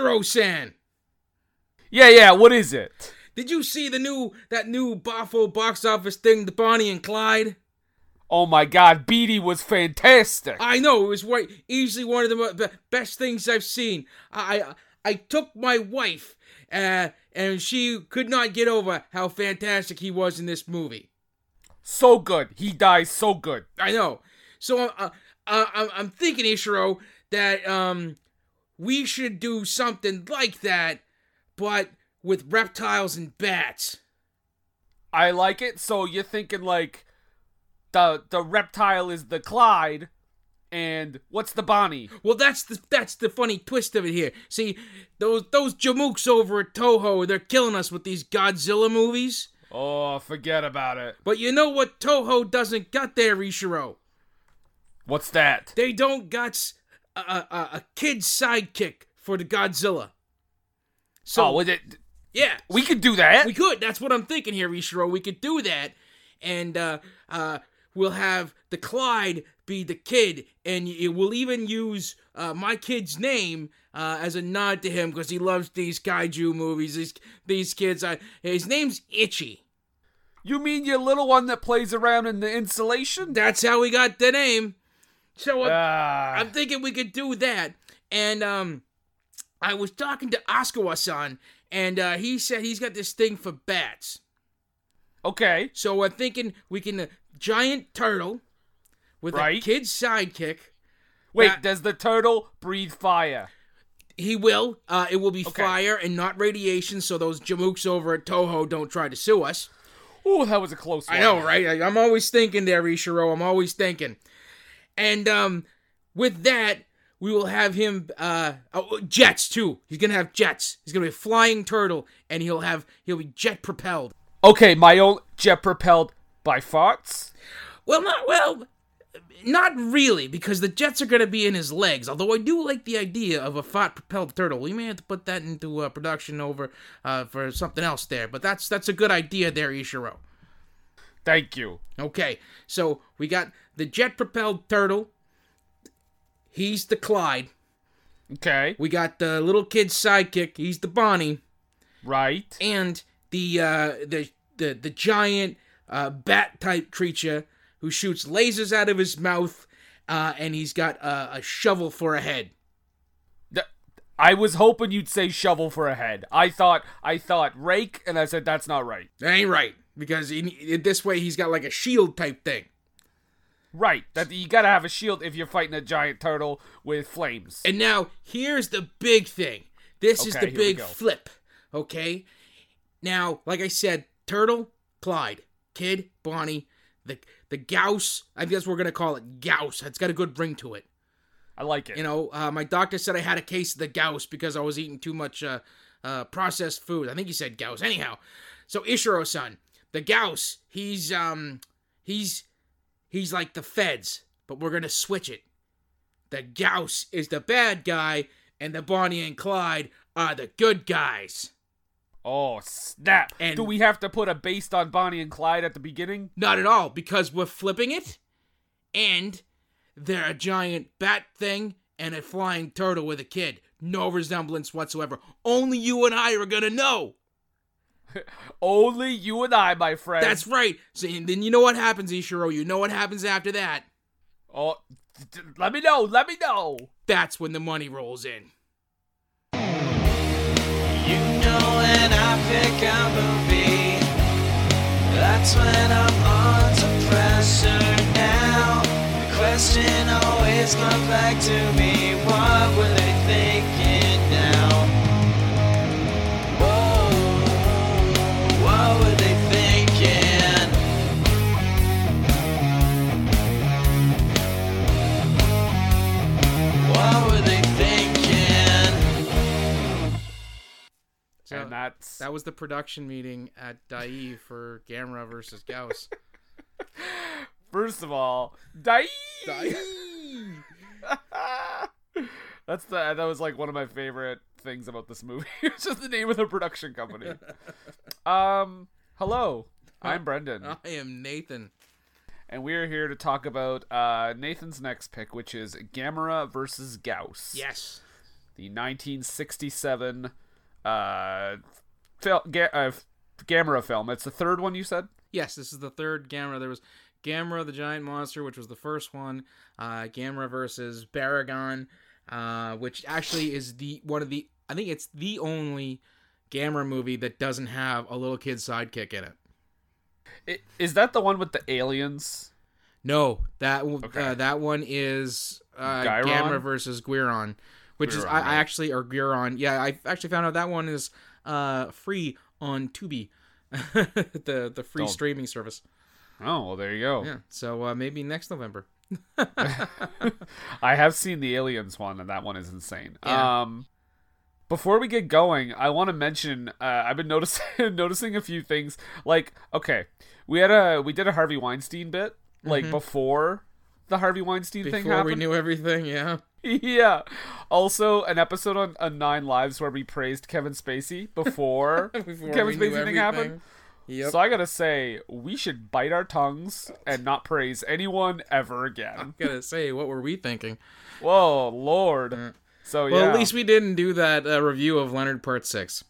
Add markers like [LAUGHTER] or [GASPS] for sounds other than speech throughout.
Ishiro-san. Yeah, yeah. What is it? Did you see the new that new Bafo box office thing, the Bonnie and Clyde? Oh my God, Beatty was fantastic. I know it was right, easily one of the mo- be- best things I've seen. I I, I took my wife, uh, and she could not get over how fantastic he was in this movie. so good. He dies so good. I know. So uh, uh, I'm I'm thinking Ishiro that um we should do something like that, but with reptiles and bats. I like it. So you're thinking like the the reptile is the Clyde, and what's the Bonnie? Well, that's the that's the funny twist of it here. See, those those jamooks over at Toho, they're killing us with these Godzilla movies. Oh, forget about it. But you know what Toho doesn't got there, Ishiro? What's that? They don't got s- a, a, a- a kid's sidekick for the Godzilla. So, oh, is it, yeah. we could do that. We could. That's what I'm thinking here, Ishiro. We could do that, and uh, uh, we'll have the Clyde be the kid, and y- we'll even use uh, my kid's name uh, as a nod to him because he loves these kaiju movies. These these kids. I, his name's Itchy. you mean your little one that plays around in the insulation? That's how we got the name. So I'm, Ah, I'm thinking we could do that, and um, I was talking to Oskawa-san, and uh, he said he's got this thing for bats. okay. So I'm thinking we can uh, giant turtle with a Right. kid's sidekick. Wait, That- does the turtle breathe fire? He will. Uh, it will be Okay. fire and not radiation, so those jamooks over at Toho don't try to sue us. Ooh, that was a close one. I know, right? I, I'm always thinking there, Ishiro. I'm always thinking. And um, with that, we will have him uh, oh, jets too. He's gonna have jets. He's gonna be a flying turtle, and he'll have he'll be jet propelled. Okay, my own jet propelled by farts. Well, not well, not really, because the jets are going to be in his legs. Although I do like the idea of a fart-propelled turtle. We may have to put that into uh, production over uh, for something else there, but that's that's a good idea there, Ishiro. Thank you. Okay, so we got the jet-propelled turtle. He's the Clyde. Okay, We got the little kid's sidekick. He's the Bonnie, right. and the uh, the the the giant uh, bat type creature who shoots lasers out of his mouth, uh, and he's got a, a shovel for a head. Th- I was hoping you'd say shovel for a head. I thought I thought rake, and I said that's not right. That ain't right because in, in this way he's got like a shield type thing. Right, that you gotta have a shield if you're fighting a giant turtle with flames. And now here's the big thing. This is Okay, the here we big go. flip. Okay. Now, like I said, Turtle, Clyde, Kid, Bonnie, the the Gauss. I guess we're gonna call it Gauss. It's got a good ring to it. I like it. You know, uh, my doctor said I had a case of the Gauss because I was eating too much uh, uh, processed food. I think he said Gauss. Anyhow, so Ishiro san, the Gauss, he's um, he's he's like the feds, but we're gonna switch it. The Gauss is the bad guy, and the Bonnie and Clyde are the good guys. oh snap! And- Do we have to put a based on Bonnie and Clyde at the beginning? Not at all, because we're flipping it, and they're a giant bat thing and a flying turtle with a kid. No resemblance whatsoever. Only you and I are gonna know. Only you and I, my friend. That's right. So, and then you know what happens, Ishiro. You know what happens after that. oh, d- d- let me know. Let me know. That's when the money rolls in. You know when I pick a movie, that's when I'm under pressure now. The question always comes back to me, what were they thinking now? Whoa, what were they thinking? What were they thinking? So and that's that was the production meeting at Dai for Gamera versus Gauss. first of all, die. Dai. [LAUGHS] That's the that was like one of my favorite things about this movie. [LAUGHS] it's just the name of the production company. um, hello, I'm Brendan, I am Nathan. and we are here to talk about uh, Nathan's next pick, which is Gamera versus Gauss. Yes. the 1967 uh, fil- ga- uh, Gamera film. It's the third one you said? Yes, this is the third Gamera. There was Gamera the Giant Monster, which was the first one. Uh, Gamera versus Baragon, uh, which actually is the one of the I think it's the only Gamera movie that doesn't have a little kid sidekick in it. I- Is that the one with the aliens? No, that w- Okay. uh, that one is uh, Gyron? Gamera versus Guiron, which is Guiron, I, I right. actually or Guiron. Yeah, I actually found out that one is uh, free on Tubi, [LAUGHS] the the free Don't- streaming service. Oh, well, there you go. Yeah, so uh, maybe next November. [LAUGHS] I have seen the aliens one, and that one is insane. Yeah. Um, before we get going, I want to mention uh, I've been noticing [LAUGHS] noticing a few things. Like, okay, we had a we did a Harvey Weinstein bit like before the Harvey Weinstein thing Mm-hmm. Before happened. we knew everything, yeah. [LAUGHS] yeah. Also, an episode on, on Nine Lives where we praised Kevin [LAUGHS] Spacey before, [LAUGHS] Before Kevin we Spacey knew thing happened. everything. [LAUGHS] Yep. So I gotta say, we should bite our tongues and not praise anyone ever again. Gotta say, what were we thinking? Whoa, Lord. So Mm. Well, yeah. at least we didn't do that uh, review of Leonard Part Six.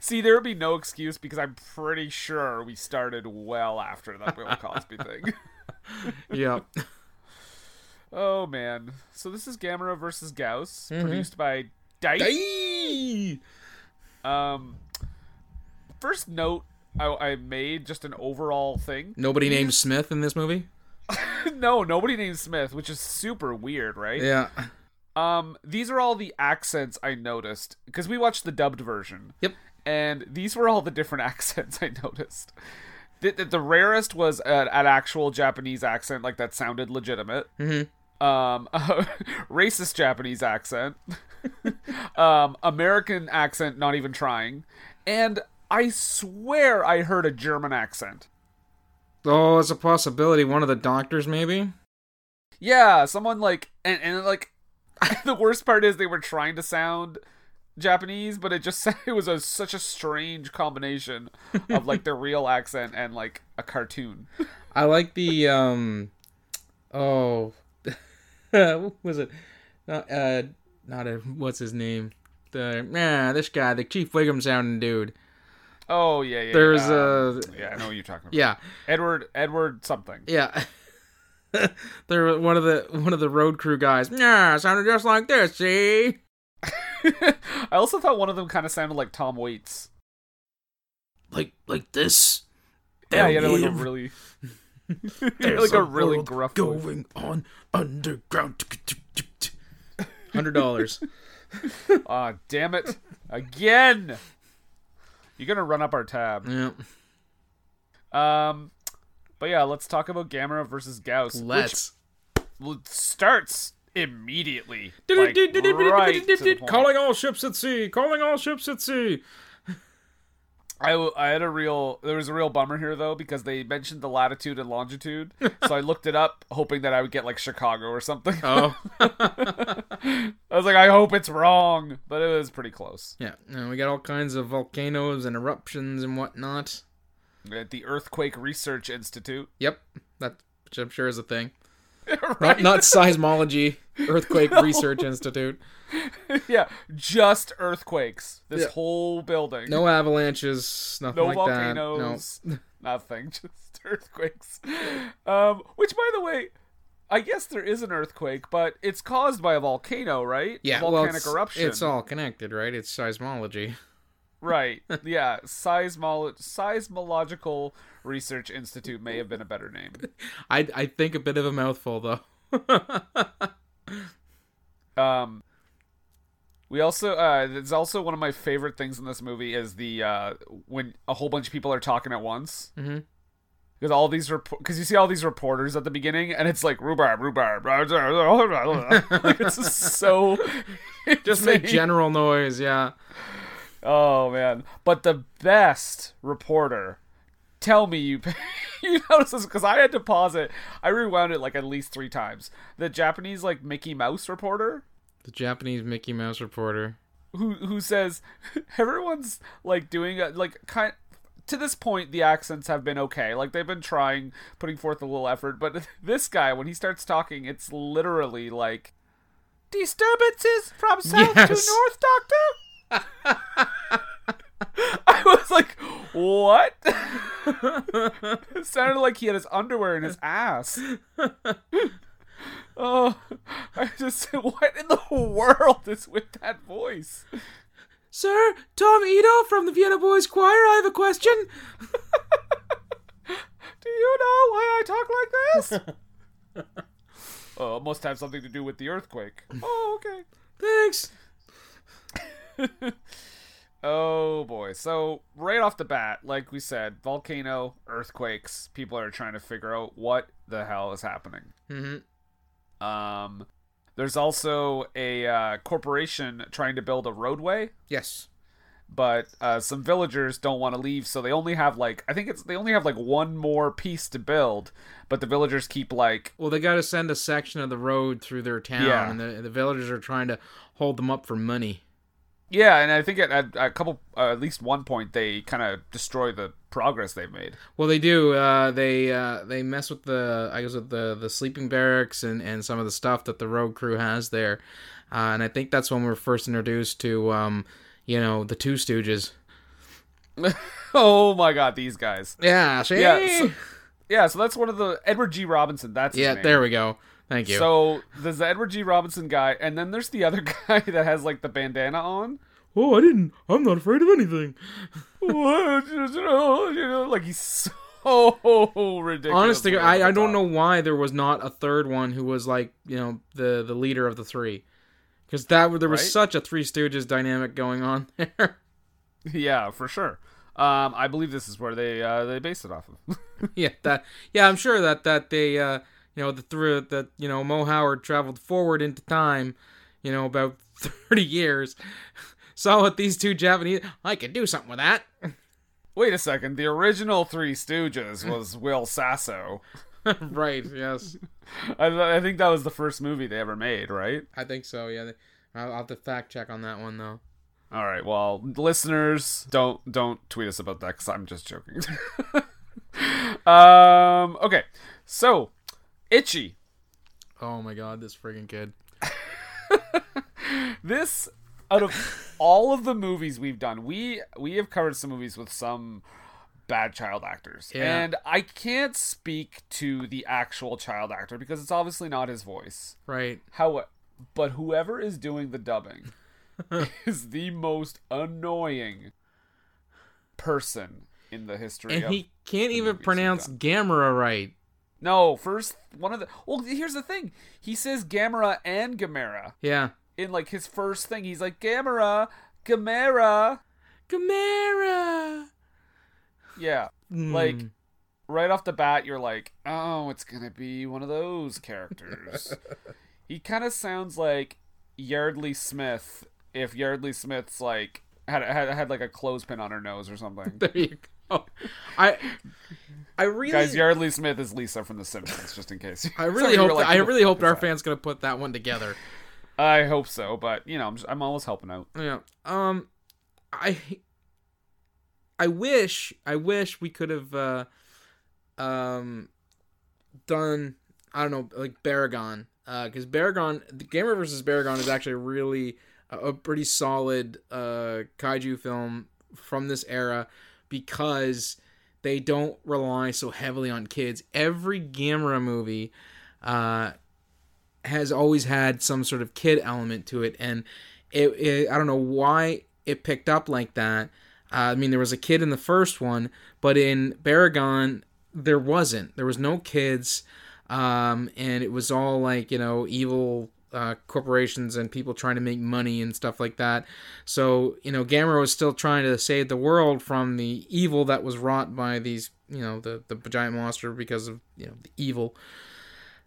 See, there would be no excuse because I'm pretty sure we started well after that Bill [LAUGHS] Cosby thing. Yep. Oh man. So this is Gamera versus Gauss, Mm-hmm. produced by Dice. Hey! Um, first note I, I made just an overall thing. [LAUGHS] Nobody named Smith in this movie. no, nobody named Smith, which is super weird, right? Yeah. Um, these are all the accents I noticed because we watched the dubbed version. Yep. and these were all the different [LAUGHS] accents I noticed. The, the, the rarest was an, an actual Japanese accent, like that sounded legitimate. Um, [LAUGHS] racist Japanese accent, [LAUGHS] um, American accent, not even trying, and I swear I heard a German accent. Oh, it's a possibility. One of the doctors, maybe. Yeah, someone like and and like [LAUGHS] the worst part is they were trying to sound Japanese, but it just [LAUGHS] it was a, such a strange combination of like the real accent and like a cartoon. I like the um. Oh, [LAUGHS] what was it? Not, uh, not a what's his name? The nah, this guy, the Chief Wiggum sounding dude. Oh yeah, yeah. There's uh, a yeah, I know what you're talking about. yeah. Edward Edward something. Yeah. [LAUGHS] there were one of the one of the road crew guys. Nah, sounded just like this, see? [LAUGHS] I also thought one of them kind of sounded like Tom Waits. Like like this. Yeah, yeah, like a Down here, really there's [LAUGHS] like a really world gruff voice. going on underground. Hundred [LAUGHS] dollars. Ah, damn it. Again. You're going to run up our tab. yeah. Um, but yeah, let's talk about Gamera versus Gauss. which Let's l- starts immediately. like, right to the point. calling all ships at sea. Calling all ships at sea. I, w- I had a real there was a real bummer here though because they mentioned the latitude and [LAUGHS] longitude, so I looked it up hoping that I would get like Chicago or something. [LAUGHS] Oh [LAUGHS] I was like, I hope it's wrong, but it was pretty close. yeah. No, we got all kinds of volcanoes and eruptions and whatnot. At the Earthquake Research Institute. [LAUGHS] Yep, that which I'm sure is a thing. Not, [LAUGHS] Right? not seismology, Earthquake Research Institute. yeah, just earthquakes. This Yeah. whole building. No avalanches, nothing no like volcanoes, nothing, [LAUGHS] just earthquakes. Um, which, by the way, I guess there is an earthquake, but it's caused by a volcano, right? that. No. Yeah, well, volcanic it's, eruption. It's all connected, right? It's seismology. [LAUGHS] right. Yeah, seismolo- seismological research institute may have been a better name. I I think a bit of a mouthful [LAUGHS] though. Um, we also uh, it's also one of my favorite things in this movie is the uh, when a whole bunch of people are talking at once. Mhm. Because all these because you see all these reporters at the beginning, and it's like rhubarb, rhubarb, blah, blah, blah, blah." like it's just so Just make insane. general noise, yeah. oh man! But the best reporter, tell me you [LAUGHS] you notice this because I had to pause it. I rewound it like at least three times. The Japanese like Mickey Mouse reporter. The Japanese Mickey Mouse reporter. [LAUGHS] who who says [LAUGHS] everyone's like doing a, like kind to this point the accents have been okay like they've been trying [LAUGHS] putting forth a little effort but this guy when he starts talking it's literally like disturbances from south to Yes. north, Doctor? [LAUGHS] I was like, what? [LAUGHS] it sounded like he had his underwear in his ass. oh, I just said, what in the world is with that voice? Sir, Tom Ito from the Vienna Boys Choir, I have a question. Do you know why I talk like this? oh, it must have something to do with the earthquake. Oh, okay. Thanks. Oh boy. So right off the bat, like we said, volcano, earthquakes, people are trying to figure out what the hell is happening. Mhm. Um there's also a uh, corporation trying to build a roadway, Yes. but uh, some villagers don't want to leave, so they only have like I think it's they only have like one more piece to build, but the villagers keep like Well, they got to send a section of the road through their town, Yeah. and the, the villagers are trying to hold them up for money. yeah, and I think at, at a couple uh, at least one point they kind of destroy the progress they've made. [LAUGHS] Well, they do. Uh, they uh, they mess with the I guess with the the sleeping barracks and and some of the stuff that the road crew has there, uh, and I think that's when we were first introduced to um, you know, the Two Stooges. oh my god, these guys. Yeah. see? Yeah, so, yeah, so that's one of the Edward G. Robinson. That's his [LAUGHS] yeah. name. There we go. Thank you. So there's the Edward G. Robinson guy, and then there's the other [LAUGHS] guy that has like the bandana on. [LAUGHS] oh, I didn't. I'm not afraid of anything. What? You know, like he's so [LAUGHS] ridiculous. Honestly, I, I don't know why there was not a third one who was like you know the the leader of the three, because that there was Right? such a Three Stooges dynamic going on [LAUGHS] there. [LAUGHS] Yeah, for sure. Um, I believe this is where they uh, they based it off of. [LAUGHS] yeah, that yeah, I'm sure that that they uh you know the through that you know Mo Howard traveled forward into time, you know about [LAUGHS] thirty years, [LAUGHS] saw what these two Japanese I could do something with that. Wait a second. The original Three Stooges [LAUGHS] was Will Sasso. [LAUGHS] right? Yes, I, I think that was the first movie they ever made, right? I think so. Yeah, I'll, I'll have to fact check on that one though. All right. Well, listeners, don't don't tweet us about that because I'm just joking. [LAUGHS] um. Okay. So, itchy. Oh my god, this friggin' kid. This out of all of the movies we've done, we we have covered some movies with some bad child actors, Yeah. and I can't speak to the actual child actor because it's obviously not his voice. Right. How, but whoever is doing [LAUGHS] the dubbing is the most annoying person in the history and of he can't even movies pronounce we've Gamera right. No, first one of the. Well, here's the thing. He says Gamera and Gamera Yeah. in like his first thing. He's like Gamera, Gamera. Gamera. Hmm. Yeah, like right off the bat, you're like, oh, it's gonna be one of [LAUGHS] those characters. he kind of sounds like Yardley Smith if Yardley Smith's like had, had had like a clothespin on her nose or something. [LAUGHS] there you go. I I really Guys, Yardley Smith is Lisa from The Simpsons, just in [LAUGHS] case. I Sorry, really we were hope like, I who the really fuck hoped is our that? fans gonna put that one together. I hope so, but you know, I'm just, I'm always helping out. [LAUGHS] Yeah. Um I I wish I wish we could have uh um done I don't know like Baragon uh cuz Baragon the Gamer versus Baragon is actually really a, a pretty solid uh kaiju film from this era because they don't rely so heavily on kids. Every Gamera movie uh has always had some sort of kid element to it and it, it I don't know why it picked up like that. Uh, I mean, there was a kid in the first one, but in Baragon there wasn't. There was no kids, um, and it was all like you know evil uh, corporations and people trying to make money and stuff like that. So you know, Gamera was still trying to save the world from the evil that was wrought by these you know the the giant monster because of you know the evil.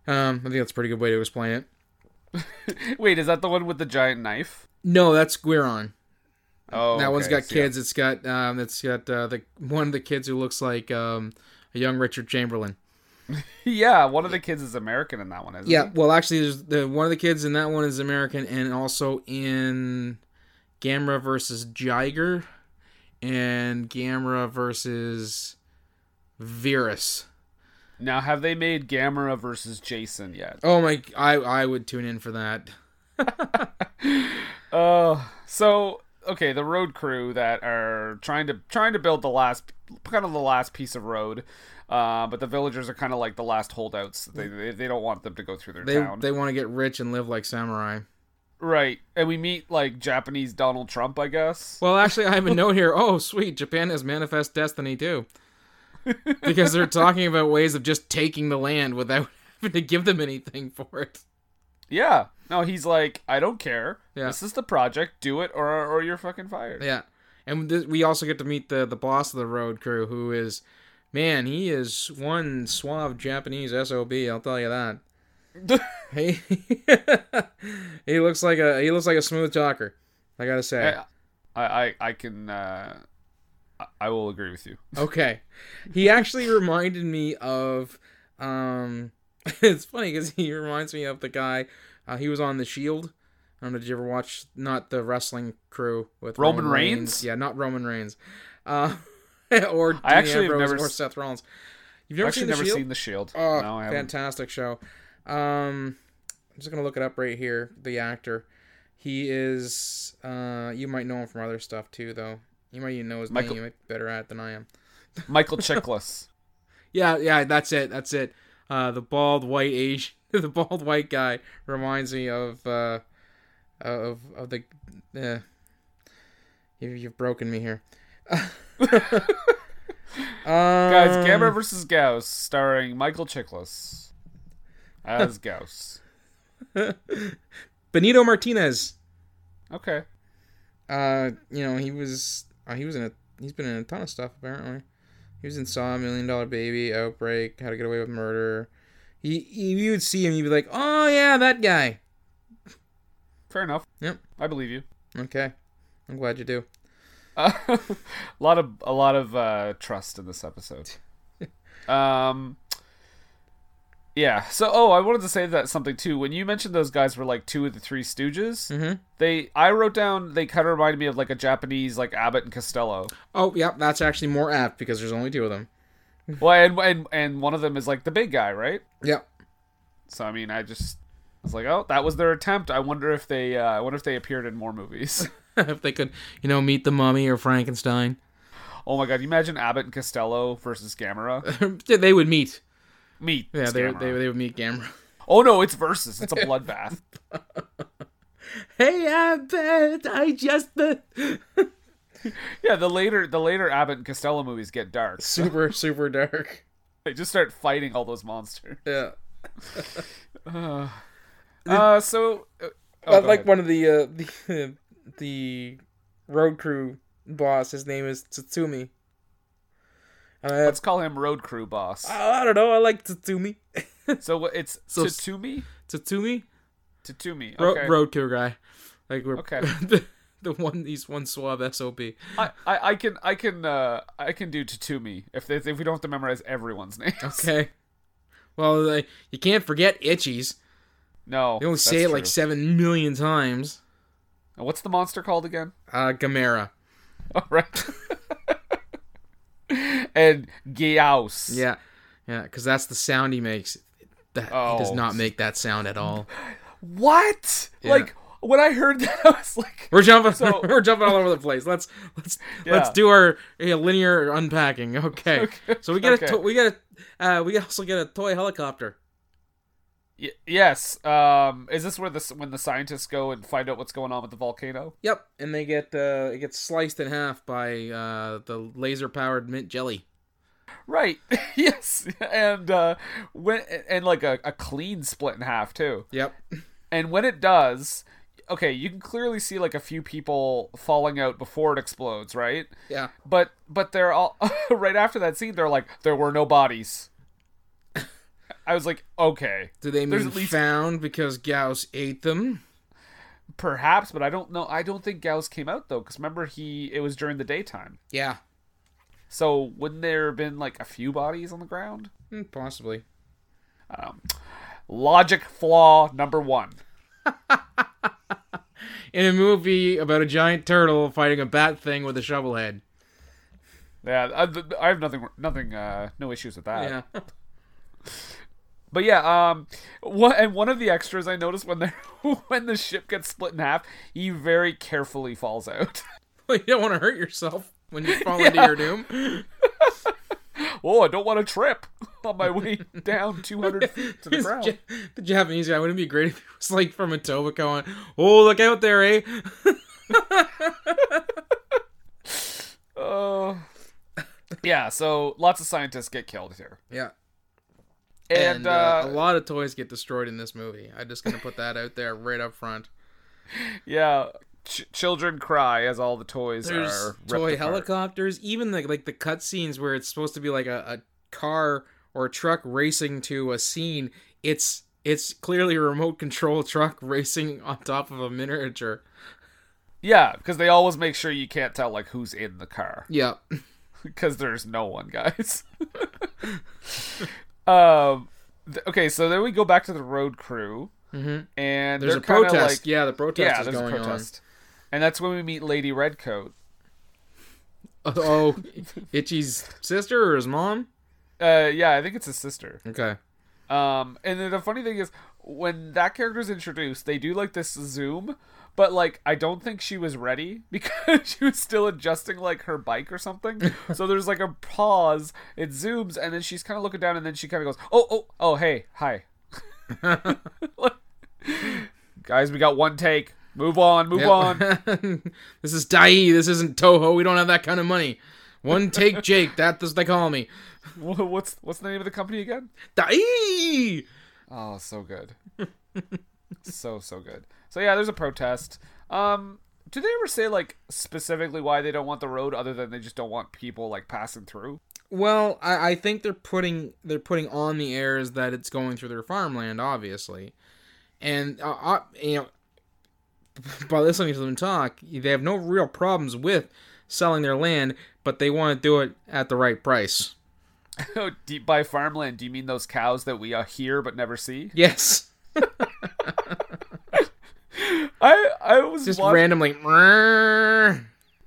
Um, I think that's a pretty good way to explain it. Wait, is that the one with the giant knife? No, that's Guiron. Oh, that one's okay, got so yeah. kids. It's got um, it's got uh, the one of the kids who looks like um, a young Richard Chamberlain. [LAUGHS] Yeah, one of the kids is American in that one, isn't Yeah, he? well, actually, there's the one of the kids in that one is American, and also in Gamera versus Jiger, and Gamera versus Virus. Now, have they made Gamera versus Jason yet? Oh my! I I would tune in for that. Uh, so okay, the road crew that are trying to trying to build the last kind of the last piece of road, uh, but the villagers are kind of like the last holdouts. They they, they don't want them to go through their They town, they want to get rich and live like samurai. right? And we meet like Japanese Donald Trump, I guess. Well, actually, I have a note here. Oh, sweet, Japan has manifest destiny too, because they're talking about ways of just taking the land without [LAUGHS] having to give them anything for it. yeah, no, he's like, I don't care. Yeah. This is the project. Do it, or or you're fucking fired. Yeah, and th- we also get to meet the the boss of the road crew, who is, man, he is one suave Japanese sob. I'll tell you that. He [LAUGHS] he looks like a he looks like a smooth talker. I gotta say. I, I I can uh, I- I will agree with you. Okay. He actually reminded me of um [LAUGHS] it's funny cuz he reminds me of the guy uh, he was on the Shield. I don't know did you ever watch not the wrestling crew with Roman Reigns? Yeah, not Roman Reigns. Uh [LAUGHS] or Dean I actually have Ambrose never or s- Seth Rollins. You've I've never actually seen the never Shield? seen the Shield. Oh, no, I haven't. fantastic show. Um, I'm just gonna look it up right here. The actor, he is. Uh, you might know him from other stuff too, though. You might even know his Michael- name. You might be better at it than I am. [LAUGHS] Michael Chiklis. Yeah, yeah, that's it. That's it. Uh, the bald white Asian, [LAUGHS] the bald white guy reminds me of uh, of of the. Uh, you, you've broken me here. Um, Guys, Gamma versus Gauss, starring Michael Chiklis as Gauss. [LAUGHS] Benito Martinez. Okay. uh, you know, he was uh, he was in a he's been in a ton of stuff apparently. He was in Saw, Million Dollar Baby, Outbreak, How to Get Away with Murder. He, he you would see him, you'd be like, oh yeah, that guy. Fair enough. Yep. I believe you. [LAUGHS] Okay, I'm glad you do. Uh, a lot of a lot of uh, trust in this episode. Um Yeah. So oh, I wanted to say that something too. When you mentioned those guys were like two of the three stooges, Mhm. they I wrote down they kind of reminded me of like a Japanese like Abbott and Costello. Oh yeah, that's actually more apt because there's only two of them. well, and, and and one of them is like the big guy, right? Yep. [LAUGHS] So I mean, I just I was like, oh, that was their attempt. I wonder if they, uh, I wonder if they appeared in more movies. [LAUGHS] if they could, you know, meet the mummy or Frankenstein, oh my god, you imagine Abbott and Costello versus Gamera [LAUGHS] they would meet. meet. [LAUGHS] Yeah, they, Gamera. they they would meet Gamera. [LAUGHS] Oh no, it's versus. It's a bloodbath. Hey, I bet I just uh, [LAUGHS] yeah, the later the later Abbott and Costello movies get dark. super super dark. They just start fighting all [SIGHS] those monsters. Yeah. Uh, so. uh, oh, I go like ahead. one of the uh, [LAUGHS] the the road crew boss. His name is Tatsumi. And I, Let's call him Road Crew Boss. I don't know. I like Tatsumi. [LAUGHS] so what- it's Ah. So- Tatumi. Tatsumi, Tatumi. Ro- Okay. road crew guy. Like we're Okay. [LAUGHS] the, the one. He's one suave sob. I, I, I can I can uh I can do Tatumi if they, if we don't have to memorize everyone's [LAUGHS] names. [LAUGHS] Okay. Well, like, you can't forget itchies. No. They only that's say it like true. seven million times. And What's the monster called again? [LAUGHS] Uh, Gamera. All right. [LAUGHS] and Gauss. Yeah, yeah. Because that's the sound he makes. That he does Oh. not make that sound at all. [LAUGHS] What? Like when I heard [LAUGHS] that, I was like, We're jumping. So- [LAUGHS] we're jumping all over the place. Let's let's let's Yeah. do our yeah, linear unpacking. [LAUGHS] Okay. So we get a [LAUGHS] okay. to- we get a uh, we also get a toy helicopter. y- yes. Um, is this where the s- when the scientists go and find out what's going on with the volcano? Yep, and they get uh, it gets sliced in half by uh, the laser powered mint jelly. Right. [LAUGHS] yes. And uh, when and like a, a clean split in half too. Yep. [LAUGHS] And when it does, okay, you can clearly see like a few people falling out before it explodes, right? Yeah. But but they're all [LAUGHS] right after that scene. They're like, there were no bodies. I was like, okay, Do they There's mean at least- found because Gauss ate them? perhaps, but I don't know. I don't think Gauss came out though, because remember he it was during the daytime. Yeah. So wouldn't there have been like a few bodies on the ground? Hmm, possibly. Um, logic flaw number one. In a movie about a giant turtle fighting a bat thing with a shovel head. Yeah, I, I have nothing, nothing, uh, no issues with that. Yeah. But yeah, um, what and one of the extras I noticed when they [LAUGHS] when the ship gets split in half, he very carefully falls out. [LAUGHS] [LAUGHS] Well, you don't want to hurt yourself when you [LAUGHS] fall into Yeah. your doom. oh, I don't want to trip [LAUGHS] on my way [LAUGHS] down 200 feet to the It's ground. Ja- the Japanese guy wouldn't it be great if he was like from Etobicoke going, "Oh, look out there, eh?" Oh. yeah, so lots of scientists get killed here. Yeah. And, And, uh, uh, a lot of toys get destroyed in this movie. I'm just gonna put that out there right up front. yeah, ch- children cry as all the toys There's are toy ripped apart. helicopters, even the, like the cutscenes where it's supposed to be like a, a car or a truck racing to a scene. It's it's clearly a remote control [LAUGHS] truck racing on top of a miniature. Yeah, because they always make sure you can't tell like who's in the car [LAUGHS] Yeah, because there's no one, guys. [LAUGHS] um, th- okay, so then we go back to the road crew, Mhm. and there's they're a protest. Like, yeah, the protest yeah, is there's a going protest, and that's when we meet Lady Redcoat. on. [LAUGHS] Oh, Itchy's sister or his mom? Uh, yeah, I think it's his sister. Okay. Um, and then the funny thing is, when that character's introduced, they do like this zoom, but like I don't think she was ready [LAUGHS] because she was still adjusting like her bike or something. so there's like a pause, it zooms, and then she's kind of looking down, and then she kind of goes, "Oh, oh, oh, hey, hi, [LAUGHS] Like, guys, we got one take. Move on, move [LAUGHS] on." this is Dai. This isn't Toho. We don't have that kind of money. One take, Jake. That's what they call me. Wha- what's what's the name of the company again? Dai. Oh, so good. so so good. So yeah, there's a protest. Um do they ever say like specifically why they don't want the road other than they just don't want people like passing through? [LAUGHS] Well, I, I think they're putting they're putting on the air is that it's going through their farmland, obviously, and uh, uh, you know, [LAUGHS] by listening to them talk, they have no real problems with selling their land, but they want to do it at the right price. [LAUGHS] Oh, Deep by farmland, do you mean those cows that we uh, hear but never see? Yes, I I was just watch- randomly. "Mrrr."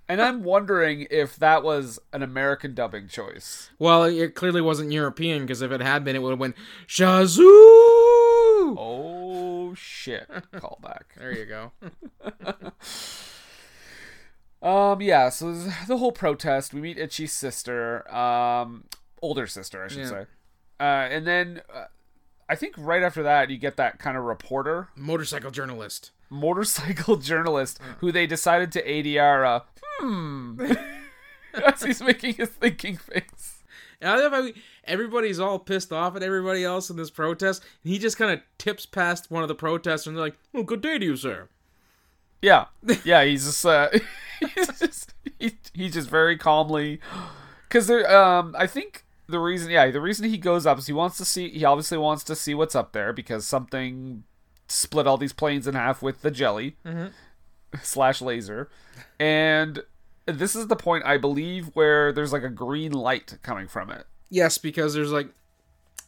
and I'm wondering if that was an American dubbing choice. Well, it clearly wasn't European because if it had been, it would have went Shazoo. Oh shit! Callback. There you go. [LAUGHS] Um, yeah. So there's the whole protest. We meet Itchy's sister, um, older sister, I should Yeah. say. Uh, and then uh, I think right after that, you get that kind of reporter, Motorcycle journalist. motorcycle [LAUGHS] journalist, who they decided to ADR. Uh, hmm. [LAUGHS] As he's making his thinking face. And I love how he- everybody's all pissed off at everybody else in this protest, and he just kind of tips past one of the protesters and they're like, "Oh, good day to you, sir." Yeah, yeah. He's just uh, [LAUGHS] he's just he, he's just very calmly because there. Um, I think the reason, yeah, the reason he goes up is he wants to see. He obviously wants to see what's up there because something split all these planes in half with the jelly slash laser, and this is the point I believe where there's like a green light coming from it. Yes, because there's like,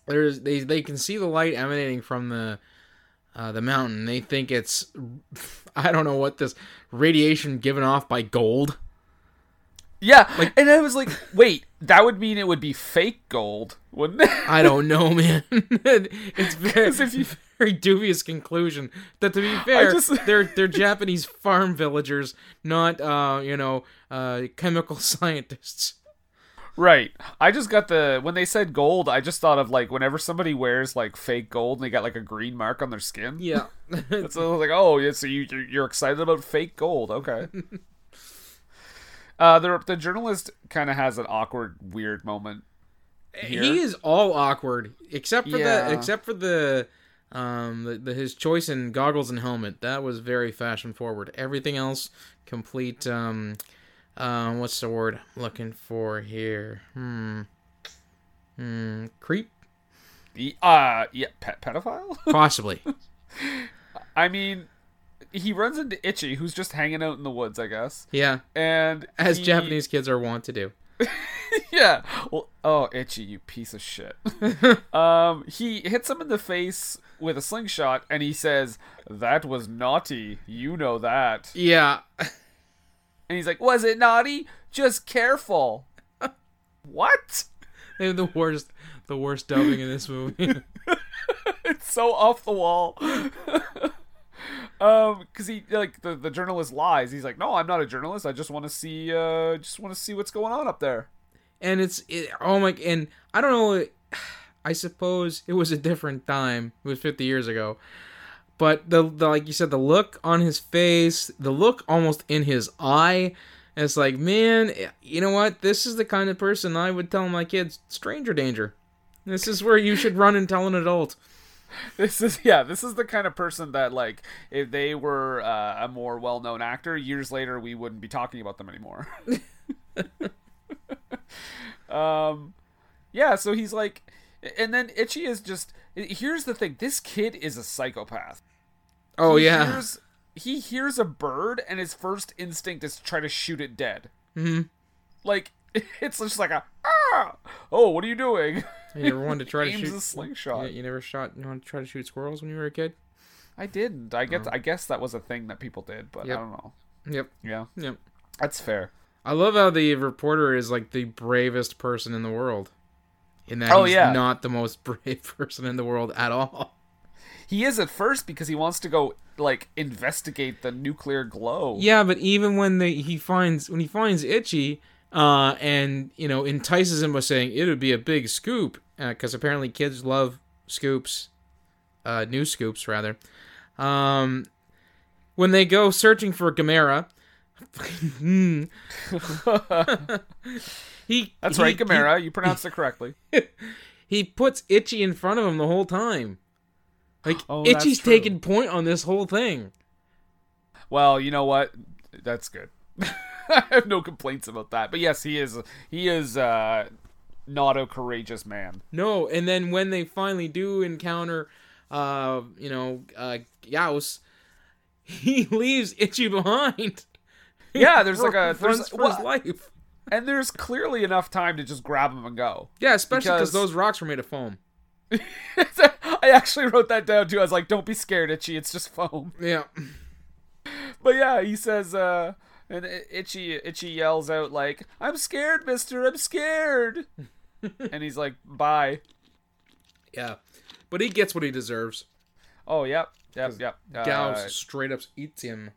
there's they they can see the light emanating from the uh, the mountain. They think it's, [LAUGHS] I don't know what this radiation given off by gold. Yeah, and I was like, wait, that would mean it would be fake gold, wouldn't it? I don't know, [LAUGHS] man. it's very, [LAUGHS] 'Cause if you- [LAUGHS] very dubious conclusion. That to be fair, just- [LAUGHS] they're they're Japanese farm villagers, not uh, you know uh, chemical [LAUGHS] scientists. Right. I just got the when they said gold, I just thought of like whenever somebody wears like fake gold and they got like a green mark on their skin. [LAUGHS] Yeah, So I was like, oh, yeah, so you you're, you're excited about fake [LAUGHS] gold? Okay. uh, the the journalist kind of has an awkward, weird moment. here. he is all awkward except for Yeah. the except for the um the, the, his choice in goggles and helmet. That was very fashion forward. Everything else complete. Um, um, what's the word I'm looking for here? Hmm. Hmm. [LAUGHS] Creep. He, uh, yeah, pe- pedophile. [LAUGHS] Possibly. I mean, he runs into Itchy, who's just hanging out in the woods, I guess, Yeah. and As he- Japanese kids are wont to do. yeah. Well, oh, itchy, you piece of shit. [LAUGHS] um, he hits him in the face with a slingshot, and he says, "That was naughty. You know that." [LAUGHS] Yeah. And he's like, "Was it naughty? Just careful." [LAUGHS] what? [LAUGHS] They have the worst the worst dubbing in this movie. it's so off the wall. [LAUGHS] um, because he like the the journalist lies. He's like, no, I'm not a journalist. I just want to see, uh, just want to see what's going on up there. and it's it, oh my and i don't know [SIGHS] i suppose it was a different time it was 50 years ago but the, the like you said the look on his face the look almost in his eye it's like man you know what this is the kind of person i would tell my kids stranger danger this is where you should run and tell an adult This is yeah, this is the kind of person that like if they were uh, a more well known actor, years later we wouldn't be talking about them anymore. [LAUGHS] um, yeah, so he's like, and then Itchy is just. Here's the thing: this kid is a psychopath. oh yeah He hears, he hears a bird, and his first instinct is to try to shoot it dead. Mhm. Like [LAUGHS] it's just like a ah, oh, what are you doing? you never wanted to try to [LAUGHS] Aims shoot a slingshot. Yeah, you never shot you wanted to try to shoot squirrels when you were a kid I didn't. I get. I guess that was a thing that people did, but Mm. Yep. I don't know. yep Yeah, yep that's fair. I love how the reporter is like the bravest person in the world. In that Oh, he's yeah. not the most [LAUGHS] brave person in the world at all. He is at first because he wants to go like investigate the nuclear glow. Yeah, but even when they he finds when he finds Itchy, uh, and you know entices him by saying it would be a big scoop, because apparently kids love scoops, uh, new scoops rather. Um, when they go searching for Gamera, [LAUGHS] he that's he- right, he- Gamera. you pronounced [LAUGHS] it correctly. he puts Itchy in front of him the whole time. Like Oh, that's Itchy's true. taking point on this whole thing. Well, you know what? That's good. [LAUGHS] I have no complaints about that. But yes, he is. He is uh, not a [LAUGHS] courageous man. No, and then when they finally do encounter, uh, you know, uh, Gauss, he [LAUGHS] leaves Itchy behind. Yeah, there's for, like a for, there's his- for well, his life. and there's clearly enough time to just grab him and go. [LAUGHS] Yeah, especially because because- those rocks were made of foam. I actually wrote that down too. I was like, "Don't be scared, Itchy. It's just foam." Yeah, But yeah, he says, uh, and I- Itchy Itchy yells out like, "I'm scared, Mister. I'm scared." [LAUGHS] and he's like, "Bye." yeah, but he gets what he deserves. Oh, yep, yep, yep. Gauss Because straight up eats him.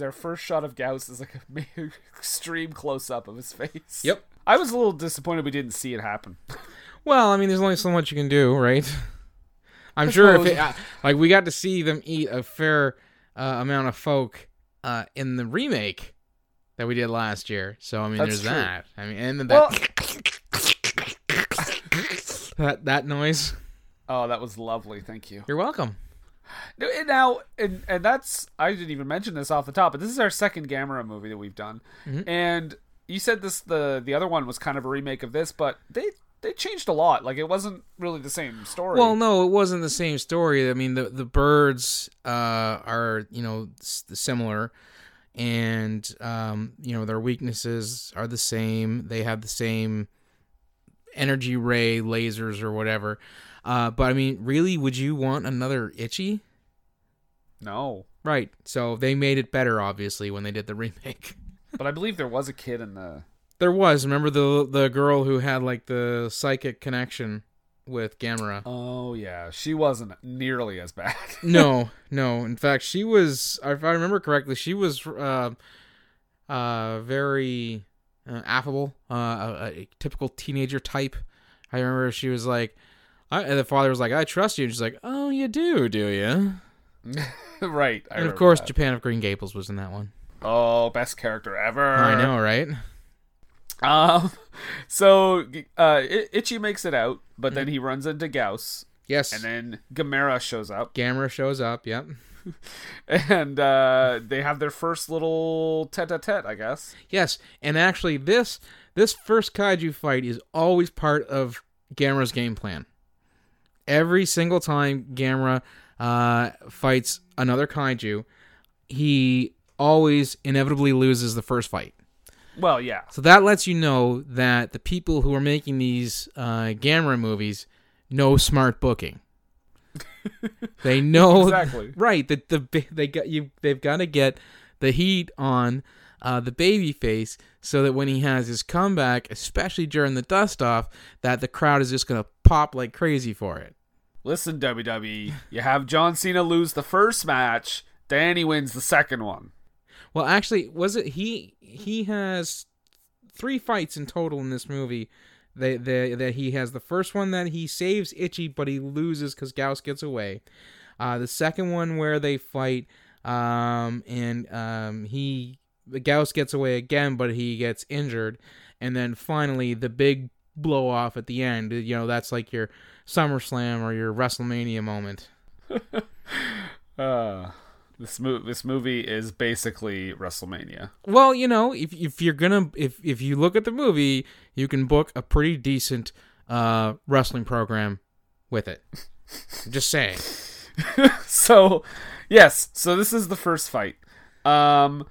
our first shot of Gauss is like a [LAUGHS] extreme close up of his face. Yep. I was a little disappointed we didn't see it happen. Well, I mean, there's only so much you can do, right? [LAUGHS] I'm sure if it, uh, suppose. like we got to see them eat a fair uh, amount of folk uh, in the remake that we did last year. So I mean, That's there's true. that. I mean, and then Well- that that that noise. Oh, that was lovely. Thank you. You're welcome. No, And now, and, and that's I didn't even mention this off the top, but this is our second Gamera movie that we've done. Mm-hmm. And you said this the the other one was kind of a remake of this, but they they changed a lot. Like it wasn't really the same story. Well, no, it wasn't the same story. I mean, the the birds uh, are you know s- similar, and um, you know their weaknesses are the same. They have the same energy ray lasers or whatever. Uh, but I mean, really, would you want another itchy? no. Right. So they made it better, obviously, when they did the [LAUGHS] remake. But I believe there was a kid in the. There was remember the the girl who had like the psychic connection with Gamera. Oh yeah, she wasn't nearly as bad. [LAUGHS] no, no. In fact, she was, if I remember correctly, she was uh, uh, very uh, affable, uh, a, a typical teenager type. I remember she was like, I, and the father was like, "I trust you." And she's like, "Oh, you do, do you?" And right. I of remember course, that. Japan of Green Gables was in that one. oh, best character ever. I know, right? Um, [LAUGHS] so uh, I- Itchy makes it out, but Mm-hmm. then he runs into Gauss, Yes. and then Gamera shows up. Gamera shows up. Yep. and uh, they have their first little tete-a-tete, I guess. Yes, and actually, this this first kaiju fight is always part of Gamera's game plan. Every single time Gamera uh, fights another kaiju, he always inevitably loses the first fight. Well, yeah, So that lets you know that the people who are making these uh, Gamera movies know smart booking. they know Exactly. right that the ba- they got you they've got to get the heat on uh, the baby face so that when he has his comeback, especially during the dust off, that the crowd is just gonna pop like crazy for it. Listen, WWE, you have John Cena lose the first match, Danny wins the second one. Well, actually, was it he? He has three fights in total in this movie. That that that he has the first one that he saves Itchy, but he loses because Gauss gets away. Uh, the second one where they fight, um, and um, he Gauss gets away again, but he gets injured, and then finally the big blow off at the end. You know, that's like your SummerSlam or your WrestleMania moment. Uh, this mo- this movie is basically WrestleMania. Well, you know, if if you're gonna if if you look at the movie, you can book a pretty decent uh wrestling program with it. Just saying. so, yes, so this is the first fight. Um,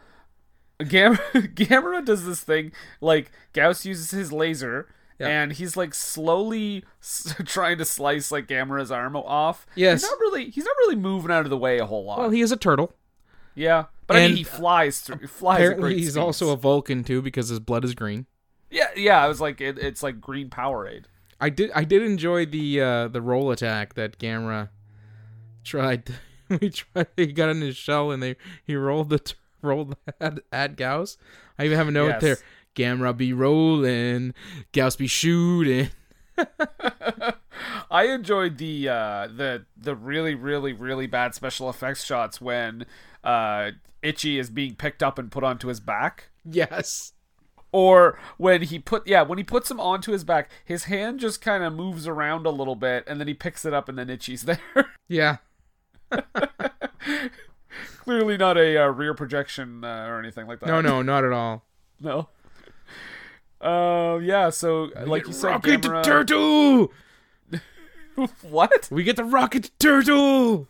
Gam- [LAUGHS] Gamera does this thing like Gauss uses his laser. Yeah. And he's like slowly s- [LAUGHS] trying to slice like Gamera's arm off. Yes. he's not really he's not really moving out of the way a whole lot. Well, he is a turtle. yeah, but I and, mean he flies through. He flies. at Apparently, great he's speeds. also a Vulcan too because his blood is green. yeah yeah. I was like it, it's like green Powerade. I did I did enjoy the uh the roll attack that Gamera tried. we tried. [LAUGHS] He got in his shell and they he rolled the t- rolled at, at Gauss. I even have a note Yes. there. Gamera be rolling, Gauss be shooting. [LAUGHS] I enjoyed the uh, the the really really really bad special effects shots when uh, Itchy is being picked up and put onto his back, Yes. or when he put yeah when he puts him onto his back, his hand just kind of moves around a little bit, and then he picks it up, and then Itchy's [LAUGHS] there. Yeah. Clearly not a uh, rear projection uh, or anything like that. No, no, not at all. no. Uh, yeah. So like you said, rocket Gamera- turtle. [LAUGHS] what? We get the rocket turtle.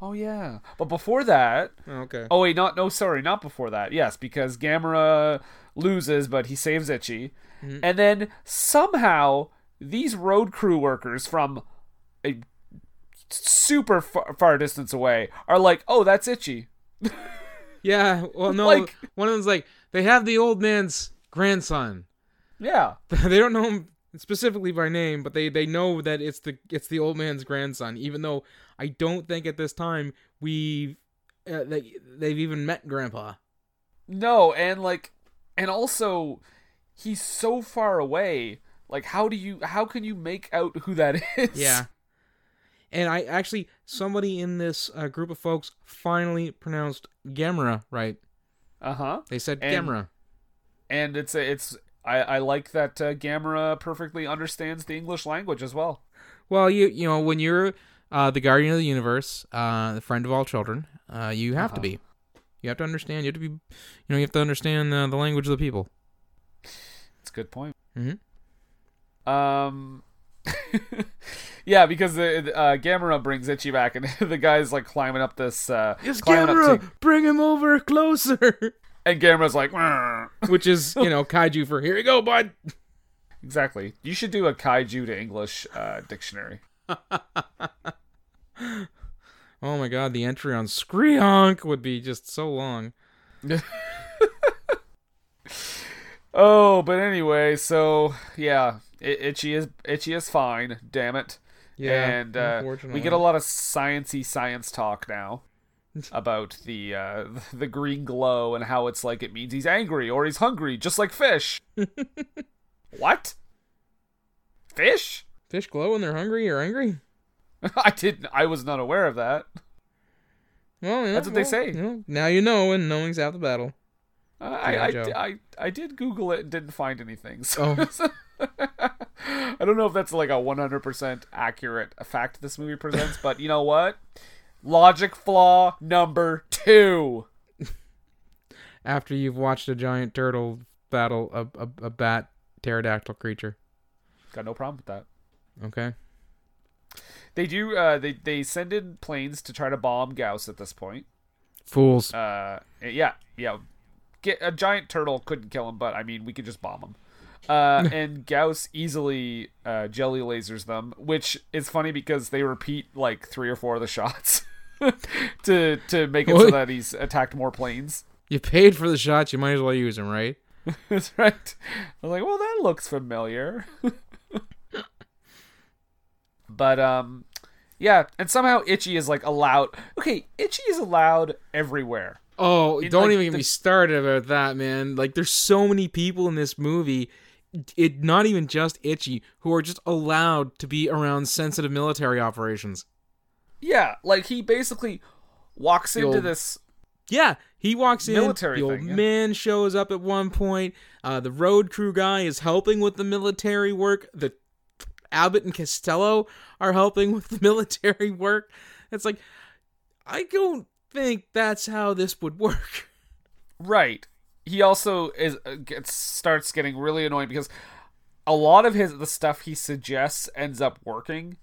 Oh yeah. But before that, Okay. Oh wait, not no, sorry, not before that. Yes, because Gamera loses, but he saves Itchy, and then somehow these road crew workers from a super far, far distance away are like, "Oh, that's Itchy." Yeah. Well, no. Like- one of them's like they have the old man's grandson. [LAUGHS] Yeah, they don't know him specifically by name, but they they know that it's the it's the old man's grandson. Even though I don't think at this time we uh, they they've even met Grandpa. no, and like, and also, he's so far away. Like, how do you? How can you make out who that [LAUGHS] is? Yeah. And I actually somebody in this uh, group of folks finally pronounced Gamera right. Uh huh. They said And- Gamera. And it's it's. I, I like that uh, Gamera perfectly understands the English language as well. Well, you you know when you're uh, the guardian of the universe, uh, the friend of all children, uh, you have to Uh-huh. be. You have to understand. You have to be. You know, you have to understand uh, the language of the people. It's a good point. Mhm. Um, [LAUGHS] yeah, because the, the, uh, Gamera brings Itchy back, and [LAUGHS] the guy's like climbing up this. Uh, climbing up to- bring him over closer. and Gamera's like, "Rrr." [LAUGHS] Which is you [LAUGHS] know kaiju for here you go, bud. exactly. You should do a kaiju to English uh, dictionary. Oh my god, the entry on Screehonk would be just so long. Oh, but anyway, so yeah, I- Itchy is Itchy is fine. Damn it. Yeah, and uh, we get a lot of sciency science talk [LAUGHS] now about the uh, [LAUGHS] the green glow and how it's like it means he's angry or he's hungry, just [LAUGHS] like fish. what? Fish? [LAUGHS] fish glow when they're hungry or angry. I didn't. I was not aware of that. Well, you know, That's what they well, say. you know, now you know, and knowing's out the battle. Uh, I, Yeah, I, Joe. I, I did Google it and didn't find anything. So Oh. [LAUGHS] I don't know if that's like a 100% accurate fact this movie presents, but you know what? Logic flaw number two. After you've watched a giant turtle battle a, a, a bat pterodactyl creature, Got no problem with that. okay. They do. Uh, they they send in planes to try to bomb Gauss at this point. Fools. Uh, yeah, yeah. Get a giant turtle couldn't kill him, but I mean we could just bomb him. Uh, and Gauss easily uh, jelly lasers them, which is funny because they repeat like three or four of the [LAUGHS] shots to to make it so What? that he's attacked more planes. You paid for the shots, you might as well use them, right? [LAUGHS] That's right. I was like, well, that [LAUGHS] looks familiar. but um, Yeah, and somehow Itchy is like allowed. Okay, Itchy is allowed everywhere. Oh, don't like, even get the- me started about that, man. Like, there's so many people in this movie, it not even just Itchy, who are just allowed to be around sensitive military operations. Yeah, like he basically walks into old- this. Yeah, he walks in. Military the old thing, yeah. man shows up at one point. Uh, the road crew guy is helping with the military work. The Abbott and Costello are helping with the [LAUGHS] military work. It's like, I don't think that's how this would work. [LAUGHS] Right. He also is uh, gets starts getting really annoying because a lot of his the stuff he suggests ends up working,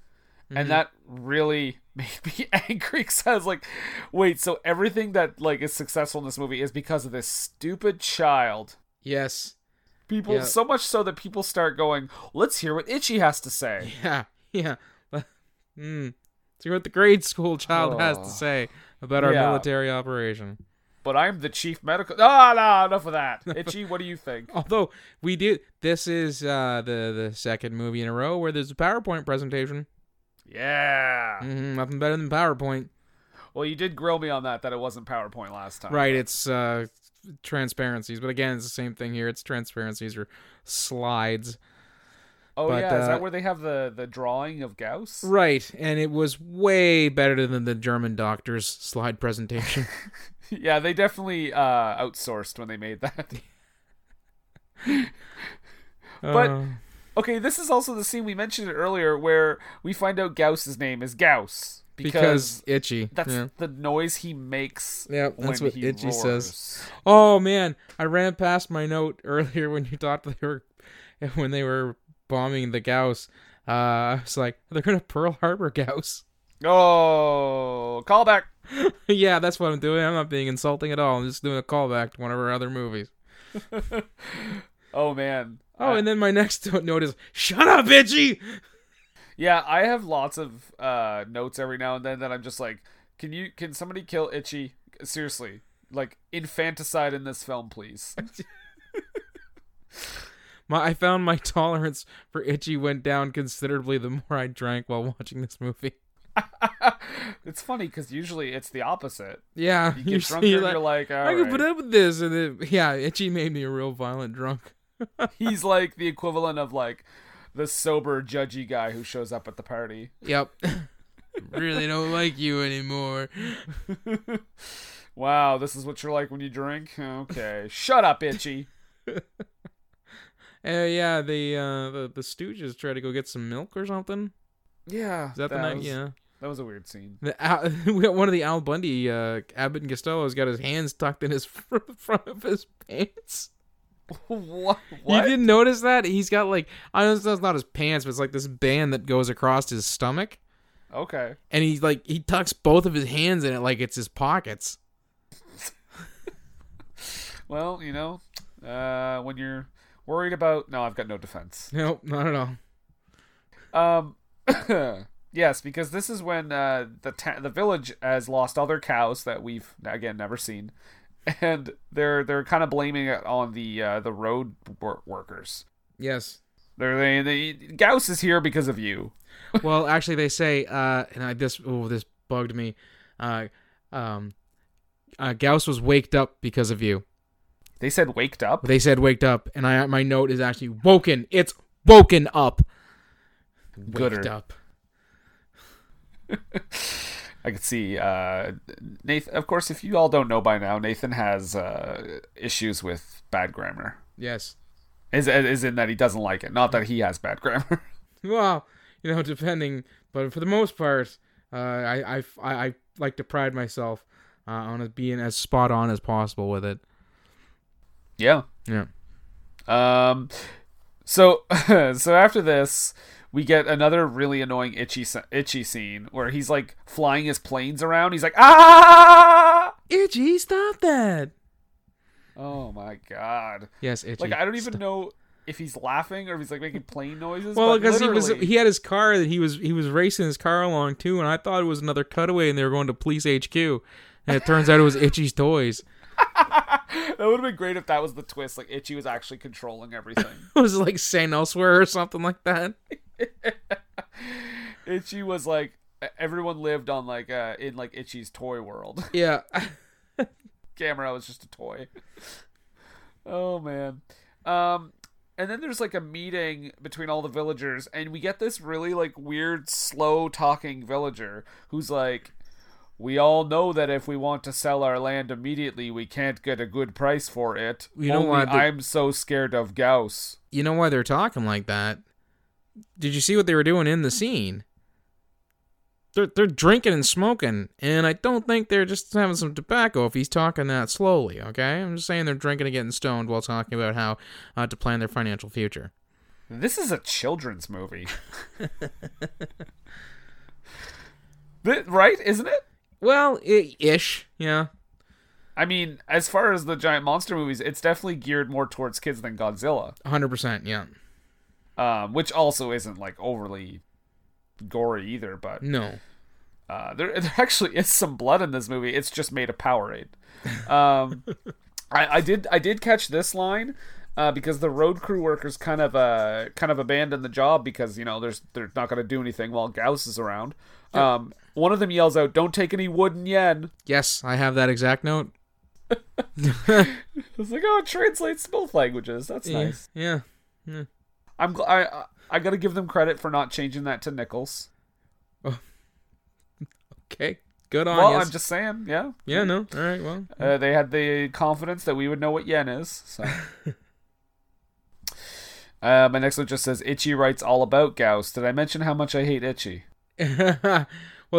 Mm-hmm. and that really [LAUGHS] made me angry because I was like, wait, so everything that like is successful in this movie is because of this stupid child. Yes. People Yeah. so much so that people start going, let's hear what Itchy has to say. Yeah. Yeah. [LAUGHS] mm. See what the grade school child has Oh. to say about our Yeah. military operation. But I'm the chief medical. Ah, no, enough [LAUGHS] of that. Itchy, what do you think? Although we did, this is uh, the the second movie in a row where there's a PowerPoint presentation. Yeah. hmm nothing better than PowerPoint. Well, you did grill me on that that it wasn't PowerPoint last time. Right, it's uh, transparencies, but again, it's the same thing here. It's transparencies or slides. Oh But, yeah, is uh, that where they have the the drawing of Gauss? [LAUGHS] Right, and it was way better than the German doctor's slide [LAUGHS] presentation. yeah, they definitely uh outsourced when they made that. [LAUGHS] But- Uh, okay, this is also the scene we mentioned it earlier where we find out Gauss's name is Gauss because, itchy. that's yeah. the noise he makes. Yeah, that's when what he Itchy says. roars. Oh man, I ran past my note [LAUGHS] earlier when you thought they were [LAUGHS] when they were bombing the Gauss. Uh, I was like, they're gonna Pearl Harbor Gauss. [LAUGHS] Oh, callback. yeah, that's what I'm doing. I'm not being insulting at all. I'm just doing a callback to one of our other movies. Oh man. Oh, Uh, and then my [LAUGHS] next note is, shut up, Itchy. yeah, I have lots of uh notes every now and then that I'm just like, can you can somebody kill Itchy? Seriously. Like infanticide in this film, please. My I found my tolerance for Itchy went down considerably the more I drank while watching this movie. [LAUGHS] [LAUGHS] it's funny because usually it's the opposite. Yeah, You get drunker, see, you're like, like, all I could right." put [LAUGHS] up with this, and it, yeah, Itchy made me a real violent drunk. [LAUGHS] He's like the equivalent of like the sober, judgy guy who shows up at the party. Yep. really don't like you anymore. Wow, this is what you're like when you drink. [LAUGHS] Okay, shut up, itchy. Uh, yeah, the, uh, the the Stooges try to go get some milk or something. Yeah, Is that, the night? was, yeah. that was a [LAUGHS] weird scene. The Al- we got one of the Al Bundy uh, Abbott and Costello's got his hands tucked in his [LAUGHS] fr- front of his pants. what? You didn't notice that? He's got like I don't know it's not his pants, but it's like this band that goes across his stomach, Okay. and he like he tucks both of his hands in it like it's his pockets. Well, you know, uh, when you're worried about no, I've got no defense. Nope, not at all. Um, [COUGHS] yes, because this is when uh, the ta- the village has lost all their cows that we've again never seen, and they're they're kind of blaming it on the uh, the road wor- workers. Yes. They're they, they Gauss is here because of you. [LAUGHS] well, actually, they say, uh, and I, this oh, this bugged me. Uh, um, uh, Gauss was waked up because of you. They said waked up. They said waked up, and I my note is actually woken. It's woken up. Waked Gooder. up. [SIGHS] I could see uh, Nathan. Of course, if you all don't know by now, Nathan has uh, issues with bad grammar. Yes. Is is in that he doesn't like it. Not that he has bad [LAUGHS] grammar. [LAUGHS] Well, you know, depending, but for the most part, uh, I, I I I like to pride myself uh, on being as spot on as possible with it. yeah. Yeah. Um, so [LAUGHS] so after this, we get another really annoying itchy s- itchy scene where he's like flying his planes around. He's like ah. Itchy, stop that. Oh my god! Yes, itchy. Like I don't even know if he's laughing or if he's like making plane noises. Well, but because he was literally- he had his car that he was he was racing his car along too, and I thought it was another cutaway, and they were going to police HQ, and it turns out it was Itchy's toys. [LAUGHS] that would have been great if that was the twist. Like Itchy was actually controlling everything. [LAUGHS] [LAUGHS] It was like St. Elsewhere or something like that. Itchy was like, e-, everyone lived on like uh in like Itchy's toy world. Yeah. [LAUGHS] Camera was just a toy. [LAUGHS] oh man. Um and then there's like a meeting between all the villagers and we get this really like weird slow talking villager who's like we all know that if we want to sell our land immediately we can't get a good price for it. You know Only what, the- I'm so scared of Gauss. you know why they're talking like that? Did you see what they were doing in the scene? They're they're drinking and smoking, and I don't think they're just having some tobacco if he's talking that slowly. Okay, I'm just saying they're drinking and getting stoned while talking about how uh, to plan their financial future. This is a children's movie. Th- right, isn't it? Well, i ish, yeah. I mean, as far as the giant monster movies, it's definitely geared more towards kids than Godzilla, 100%, yeah. um, which also isn't like overly gory either. But No. uh, there, [LAUGHS] there actually is some blood in this movie. It's just made of Powerade. Um, I, I did, I did catch this line uh, because the road crew workers kind of, uh, kind of abandoned the job because you know there's they're not going to do anything while Gauss is around. Um, one of them yells out, "Don't take any wooden yen." Yes, I have that exact note. I was like, "Oh, it translates to both languages. That's nice." Yeah. I'm gl- I I- I gotta give them credit for not changing that to nickels. Okay. Good on Well, you. I'm just saying, yeah. Oh, Yeah, no. All right, well. Uh, they had the confidence that we would know what yen is. [LAUGHS] So. uh, my next one just says Itchy writes all about Gauss. Did I mention how much I hate Itchy? [LAUGHS] well,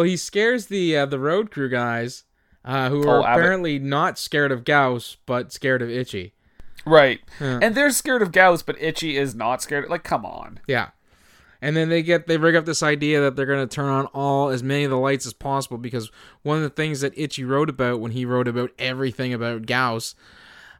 he scares the uh, the road crew guys, uh, who Oh, are Abbott. apparently not scared of Gauss, but scared of Itchy. Right. Yeah. And they're scared of Gauss, but Itchy is not scared. Like, come on. Yeah. And then they get they rig up this idea that they're going to turn on all as many of the lights as possible because one of the things that Itchy wrote about when he wrote about everything about Gauss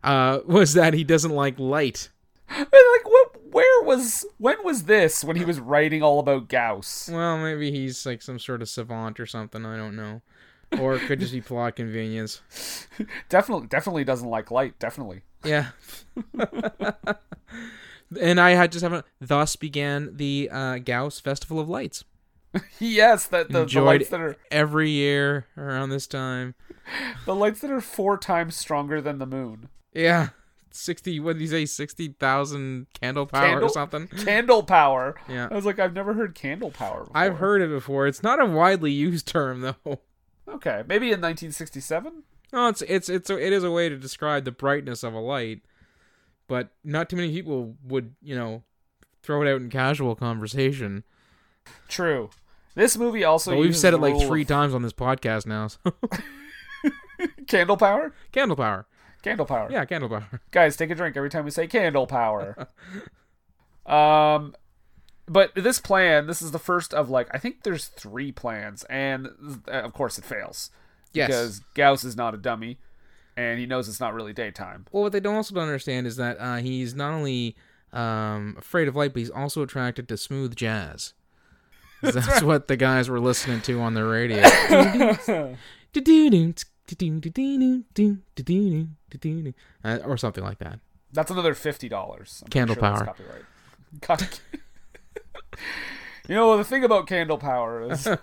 uh, [LAUGHS] was that he doesn't like light. And, like, what? Where was? When was this? When he was writing all about Gauss? Well, maybe he's like some sort of savant or something. I don't know. Or it could just be plot convenience. Definitely, definitely doesn't like light. Definitely. Yeah. [LAUGHS] and I had just haven't. Thus began the uh, Gauss Festival of Lights. Yes, that the, the Enjoyed lights that are every year around this time. the lights that are four times stronger than the moon. Yeah. 60, what did you say? 60,000 candle power Candle? or something? candle power. Yeah. I was like, I've never heard candle power. Before. I've heard it before. It's not a widely used term, though. [LAUGHS] Okay, maybe in 1967. No, it's it's it's a, it is a way to describe the brightness of a light, but not too many people would you know throw it out in casual conversation. True. This movie also. But we've uses said the it like rule three of- times on this podcast now. So. [LAUGHS] [LAUGHS] Candle power. candle power. Candle power. Yeah, candle power. Guys, take a drink every time we say [LAUGHS] candle power. um, but this plan. This is the first of like I think there's three plans, and uh, of course it fails Yes. because Gauss is not a dummy, and he knows it's not really daytime. well, what they don't also don't understand is that uh, he's not only um, afraid of light, but he's also attracted to smooth [LAUGHS] jazz. 'Cause That's, what the guys were listening to on the [LAUGHS] radio. Do-do-do, do-do-do-do-do, do-do-do-do, do-do-do. Uh, or something like that. That's another fifty dollars. Candle power. copyright. [LAUGHS] God- you know the thing about candle [LAUGHS] power is, um,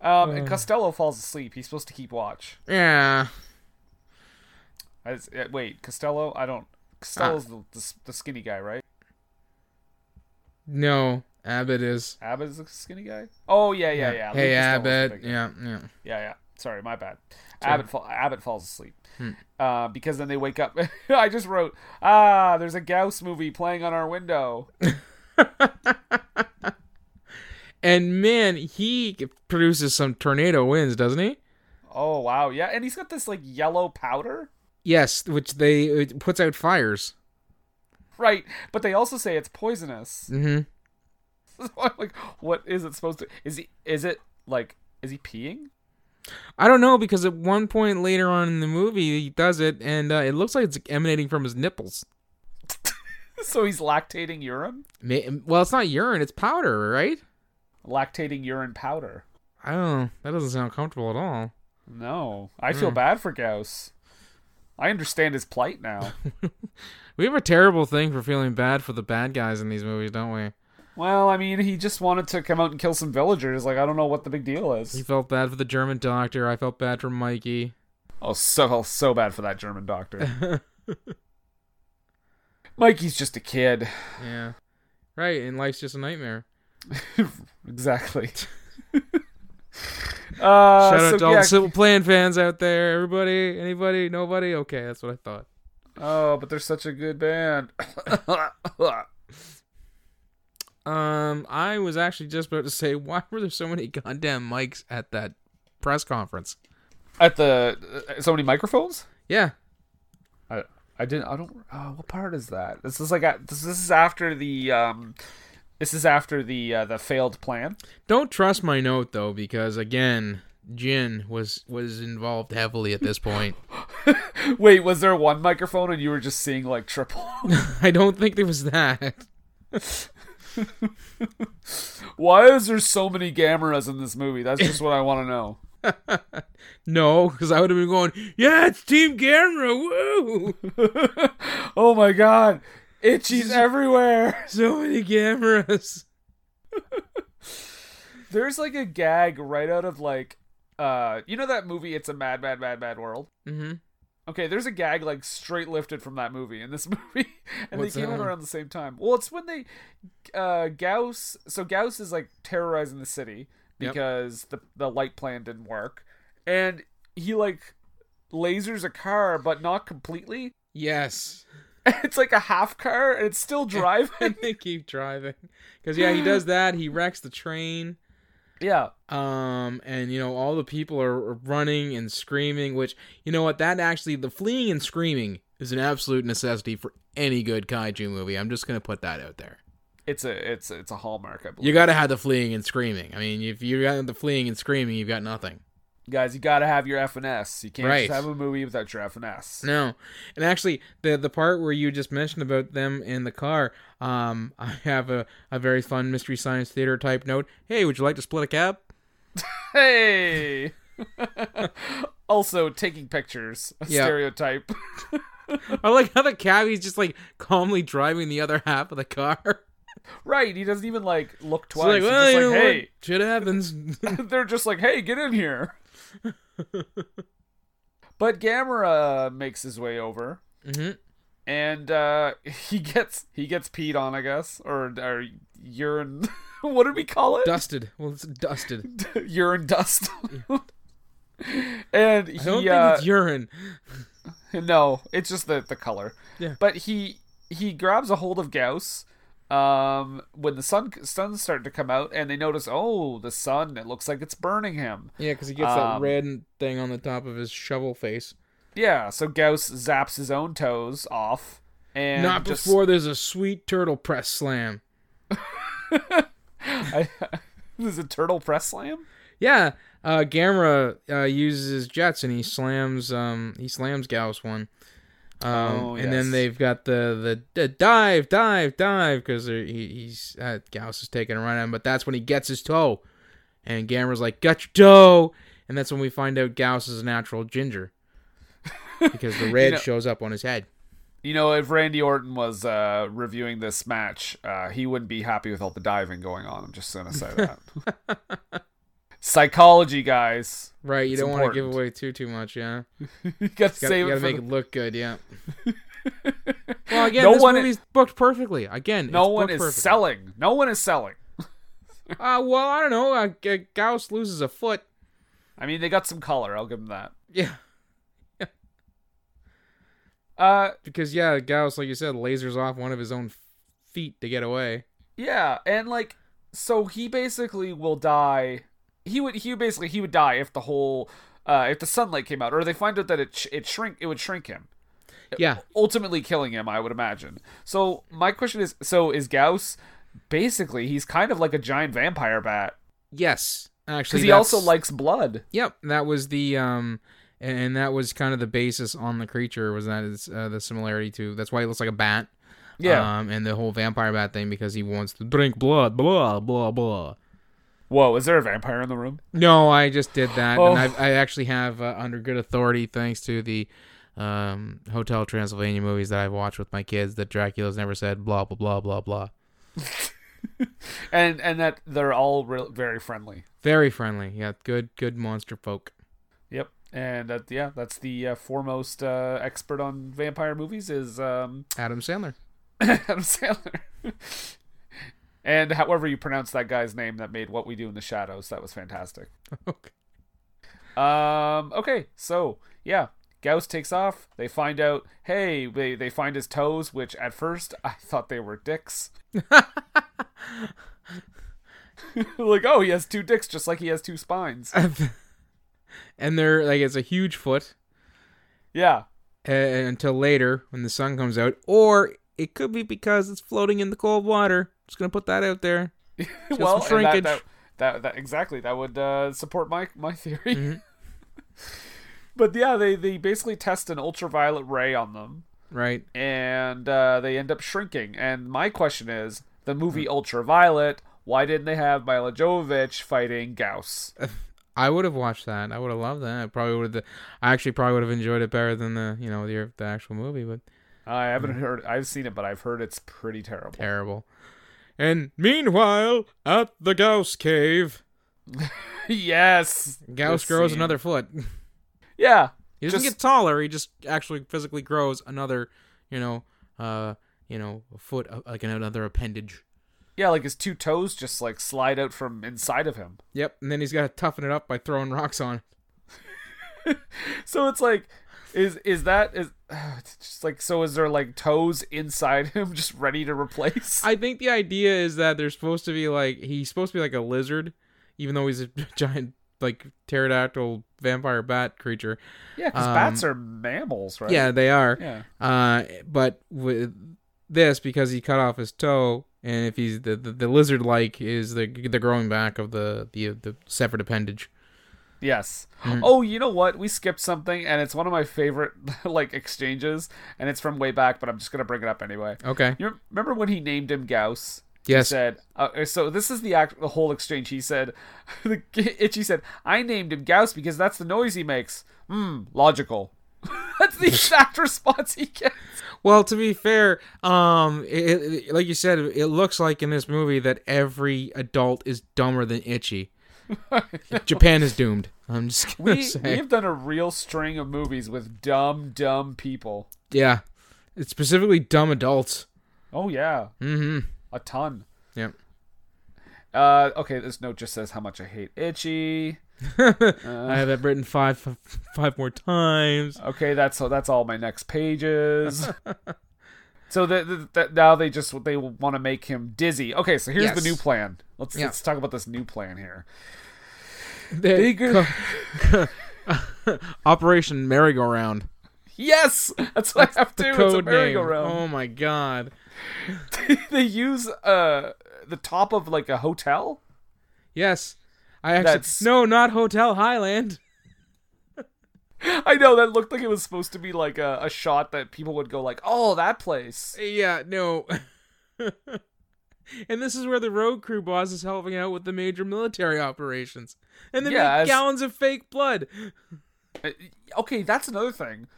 Uh. and Costello falls asleep. He's supposed to keep watch. Yeah. As, uh, wait, Costello? I don't. Ah. Costello's the, the s- the skinny guy, right? No, Abbott is. Abbott is the skinny guy. Oh yeah, yeah, yeah. Lou Hey, Costello's the Abbott. big guy. Yeah, yeah. Yeah, yeah. Sorry, my bad. Abbott fall, Abbott falls asleep. Hmm. Uh, because then they wake up. [LAUGHS] I just wrote, ah, there's a Gauss movie playing on our window. [LAUGHS] And man, he produces some tornado winds, doesn't he? Oh wow, yeah, and he's got this like yellow powder, Yes, which they it puts out fires. right? But they also say it's poisonous. [LAUGHS] Mm-hmm. So I'm like, what is it supposed to? Is he? Is it like? Is he peeing? [LAUGHS] I don't know because at one point later on in the movie he does it, and uh, it looks like it's emanating from his nipples. So he's lactating urine, Ma- Well, it's not urine; it's powder, right? lactating urine powder. I don't know. That doesn't sound comfortable at all. No, I feel bad for Gauss. I understand his plight now. We have a terrible thing for feeling bad for the bad guys in these movies, don't we? Well, I mean, he just wanted to come out and kill some villagers. Like, I don't know what the big deal He is. felt bad for the German doctor. I felt bad for [LAUGHS] Mikey. Oh, so so bad for that German [LAUGHS] doctor. Mikey's just a kid. yeah. Right, and life's just a nightmare. [LAUGHS] exactly. uh, Shout out so, to all yeah, the Simple Plan fans out there. Everybody, anybody, nobody. Okay, that's what I thought. Oh, but they're such a good band. [LAUGHS] Um, I was actually just about to say, why were there so many goddamn mics at that press conference? At the uh, so many microphones. Yeah, I I didn't. I don't. Uh, what part is that? This is like a, this. This is after the um. This is after the uh, the failed plan. Don't trust my note though, because again, Jin was was involved heavily at this point. Wait, was there one microphone and you were just seeing like triple? [LAUGHS] I don't think there was that. Why is there so many cameras in this movie? That's just what I want to know. [LAUGHS] No, because I would have been going, yeah, it's Team Camera, woo! [LAUGHS] Oh my god, [LAUGHS] itchy's everywhere. so many cameras. There's like a gag right out of like, uh, you know that movie? It's a mad, mad, mad, mad world. hmm Okay, there's a gag like straight lifted from that movie in this [LAUGHS] movie, and What's they came that out one? around the same time. Well, it's when they uh, Gauss. So Gauss is like terrorizing the city Yep. because the the light plan didn't work, and he like lasers a car, but not completely. [LAUGHS] Yes, [LAUGHS] It's like a half car, and it's still driving. and they keep driving. Because yeah, he does that. He wrecks the train. yeah, um and you know all the people are are running and screaming which you know what that actually the fleeing and screaming is an absolute necessity for any good kaiju movie i'm just gonna put that out there it's a it's it's a hallmark. I believe. you gotta have the fleeing and screaming i mean if you got the fleeing and screaming you've got nothing Guys, you gotta have your F and S. You can't Right. just have a movie without your F and S. no and actually the the part where you just mentioned about them in the car um [LAUGHS] i have a, a very fun mystery science theater type note hey would you like to split a cab [LAUGHS] [LAUGHS] Hey. [LAUGHS] also, taking pictures. a Yeah. Stereotype. [LAUGHS] i like how the cabbie's just like calmly driving the other [LAUGHS] half of the car right. He doesn't even like look It's like, twice. well, He's you just know like, what? Shit [LAUGHS] happens. hey. [LAUGHS] They're just like, hey, get in here. but Gamera makes his way over, hmm and uh, [LAUGHS] he gets he gets peed on, I guess, or or urine. [LAUGHS] what did we call it? Dusted. Well, it's [LAUGHS] dusted. [LAUGHS] urine dust. [LAUGHS] and he I don't uh, think it's urine. No, it's just the the color. Yeah. But he he grabs a hold of Gauss um when the sun sun's starting to come out and they notice oh the sun it looks like it's burning him Yeah, because he gets um, that red thing on the top of his shovel face. yeah so gauss zaps his own toes off and Not just- [LAUGHS] before there's a sweet turtle press slam. I, there's a turtle press slam Yeah, uh, Gamera uh, uses his jets and he slams um he slams Gauss one. Um, Oh, and then yes. they've got the the, the dive, dive, dive because he, he's uh, Gauss is taking a run at him, but that's when he gets his toe, and Gamera's like, "Got your toe," and that's when we find out Gauss is a natural [LAUGHS] ginger because the red know- shows up on his head. you know if randy orton was uh reviewing this match uh he wouldn't be happy with all the diving going on i'm just gonna say that [LAUGHS] psychology guys [LAUGHS] Right, you It's don't want to give important. away too too much, yeah. you gotta, Got, save you gotta it for make the- it look good, [LAUGHS] yeah. well, again, No this one- movie's booked perfectly. Again, No it's one booked is perfectly. selling. No one is selling. Uh, well, I don't know. Uh, G- Gauss loses a foot. I mean, they got some color. I'll give them that. Yeah, Uh, because yeah, Gauss, like you said, lasers off one of his own feet to get away. yeah, and like, so he basically will die. He would. He would basically he would die if the whole, uh, if the sunlight came out, or they find out that it sh- it shrink it would shrink him, Yeah, ultimately killing him. I would imagine. So my question is, so is Gauss? Basically, he's kind of like a giant vampire bat yes, actually, because he that's- also likes blood. Yep, that was the um, and, and that was kind of the basis on the creature was that is uh, the similarity to. That's why he looks like a bat. Yeah. Um, and the whole vampire bat thing because he wants to drink blood, blah blah blah. Whoa, is there a vampire in the room? No, I just did that, Oh. and I, I actually have uh, under good authority, thanks to the um, Hotel Transylvania movies that I've watched with my kids, that Dracula's never said blah blah blah blah blah. and and that they're all real, very friendly. Very friendly. Yeah, good, good monster folk. Yep. And that yeah, that's the uh, foremost uh, expert on vampire movies is um, [LAUGHS] Adam Sandler. [LAUGHS] Adam Sandler. and however you pronounce that guy's name that made What We Do in the Shadows, that was fantastic. okay. Um, okay, so yeah, Gauss takes off. They find out, hey, they, they find his toes, which at first I thought they were dicks. [LAUGHS] like, oh, he has two dicks just like he has two spines. and they're like it's a huge foot Yeah. uh, until later when the sun comes out, or it could be because it's floating in the cold water. Just gonna put that out there. well, some and shrinkage. That, that, that, that- exactly. That would uh, support my my theory. Mm-hmm. [LAUGHS] but yeah, they they basically test an ultraviolet ray on them, Right. and uh, they end up shrinking. And my question is, the Hmm. movie Ultraviolet, why didn't they have Mila Jovovich [LAUGHS] fighting Gauss? I would have watched that. I would have loved that. I probably would have. I actually probably would have enjoyed it better than the you know the the actual movie, but I haven't heard. I've seen it, but I've heard it's pretty terrible. terrible. And meanwhile, at the Gauss cave, [LAUGHS] yes, Gauss This grows scene. another foot. Yeah, He doesn't Just- get taller. He just actually physically grows another, you know, uh, you know, a foot, uh, like another appendage. yeah. Like his two toes just like slide out from inside of him. Yep. And then he's got to toughen it up by throwing rocks on. it. So it's like, is is that is [SIGHS] it's just like so? Is there like toes inside [LAUGHS] him, just ready to replace? I think the idea is that they're supposed to be like he's supposed to be like a lizard, even though he's a [LAUGHS] giant like pterodactyl vampire bat creature. yeah, because um, bats are mammals, right? Yeah, they are. yeah, Uh, but with this, because he cut off his toe, and if he's the the, the lizard like is the the growing back of the the the separate appendage. yes. Mm. Oh, you know what? We skipped something, and it's one of my favorite [LAUGHS] like exchanges, and it's from way back, but I'm just gonna bring it up anyway. Okay. You remember when he named him Gauss? Yes. said uh, so this is the act the whole exchange he said [LAUGHS] the itchy said i named him gauss because that's the noise he makes hmm logical [LAUGHS] [LAUGHS] that's the exact response he gets Well, to be fair, um, it, it- like you said, it looks like in this movie that every adult is dumber than [LAUGHS] Itchy. Japan is doomed. I'm just gonna we, say, we have done a real string of movies with dumb dumb people yeah, it's specifically dumb adults. oh yeah Mm-hmm. a ton Yep. uh okay this note just says how much i hate itchy Uh. I have that written five five more times. okay that's so that's all my next [LAUGHS] pages so the, the, the, now they just they want to make him dizzy okay so here's the Yes. new plan let's Yeah. let's talk about this new plan here They- Bigger- Operation Merry-Go-Round. yes that's what i have to it's a Code name. merry-go-round Oh my god. [LAUGHS] they use uh the top of like a hotel Yes. I actually That's- no, not Hotel Highland. i know that looked like it was supposed to be like a, a shot that people would go like oh that place Yeah, no. [LAUGHS] and this is where the road crew boss is helping out with the major military operations. And they Yeah, make as- gallons of fake blood. Uh, okay that's another thing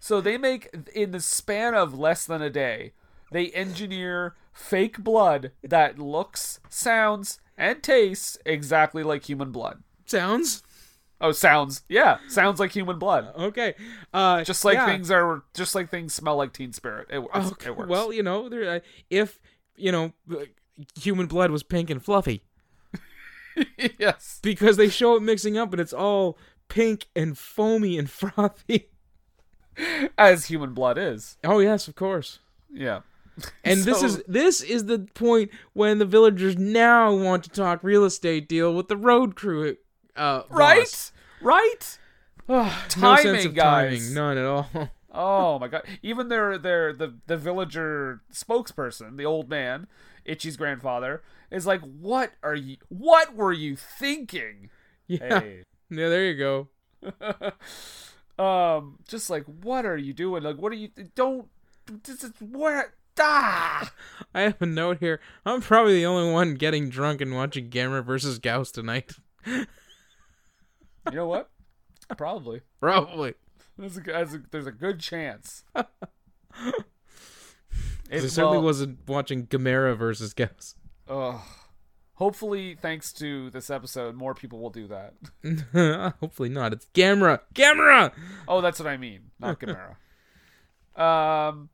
so they make in the span of less than a day they engineer fake blood that looks sounds and tastes exactly like human blood Sounds oh sounds yeah sounds like human blood okay. Uh, just like yeah. things are just like things smell like teen spirit it, it's- Okay, it works Well, you know, there, uh, if you know, uh, human blood was pink and fluffy [LAUGHS] yes because they show it mixing up, and it's all pink and foamy and [LAUGHS] frothy. as human blood is Oh yes, of course. yeah And this So- is this is the point when the villagers now want to talk real estate deal with the road crew. Uh, boss. right right Oh, no sense Timing, of guys. timing, none at all. [LAUGHS] oh my god even their their the, the villager spokesperson the old man itchy's grandfather is like what are you what were you thinking yeah. hey yeah, there you go. [LAUGHS] um just like what are you doing like what are you don't this is where ah! I have a note here. I'm probably the only one getting drunk and watching Gamera versus Gauss tonight. [LAUGHS] you know what [LAUGHS] probably Probably. There's a, there's a, there's a good chance. It, I certainly well, wasn't watching Gamera versus Gauss. [LAUGHS] Ugh. Hopefully, thanks to this episode, more people will do that. Hopefully not. It's Gamera. Gamera. Oh, that's what I mean, [LAUGHS] not Gamera. um,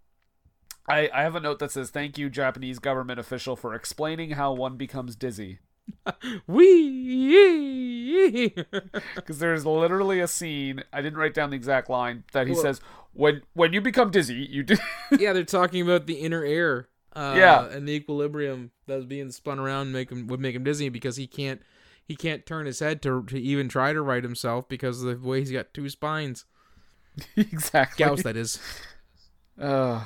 I I have a note that says, "Thank you, Japanese government official, for explaining how one becomes dizzy." Wee. Because there's literally a scene. I didn't write down the exact line that he says, "When when you become dizzy, you do." [LAUGHS] yeah, they're talking about the inner air. Uh, Yeah. and the equilibrium that was being spun around make him would make him dizzy because he can't he can't turn his head to to even try to right himself because of the way he's got two spines. exactly. Gauss, that is. Ugh.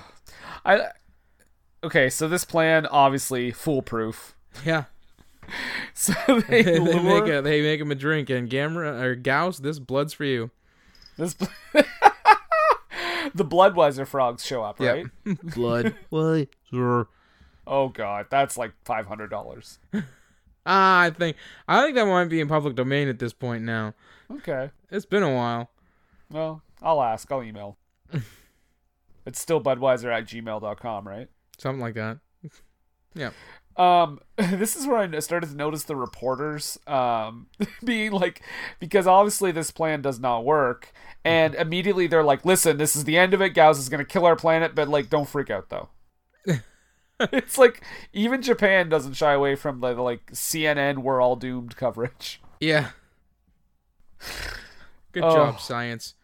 I okay. So this plan obviously foolproof. [LAUGHS] Yeah, [LAUGHS] So they, they lure, make a, they make him a drink and Gamera or Gauss, this blood's for you. this. [LAUGHS] the Bloodweiser frogs show up, Yep. right? Blood. [LAUGHS] Blood. Sure. Oh god, that's like five hundred dollars. Ah, I think I think that might be in public domain at this point now. Okay. It's been a while. Well, I'll ask. I'll email. it's still Budweiser at gmail.com, right? Something like that. Um, [LAUGHS] this is where I started to notice the reporters um, [LAUGHS] being like, because obviously this plan does not work. And immediately they're like, listen, this is the end of it. Gauss is going to kill our planet, but like, don't freak out though. it's like, even Japan doesn't shy away from the like CNN, we're all doomed coverage. Yeah. Good Oh. job, science.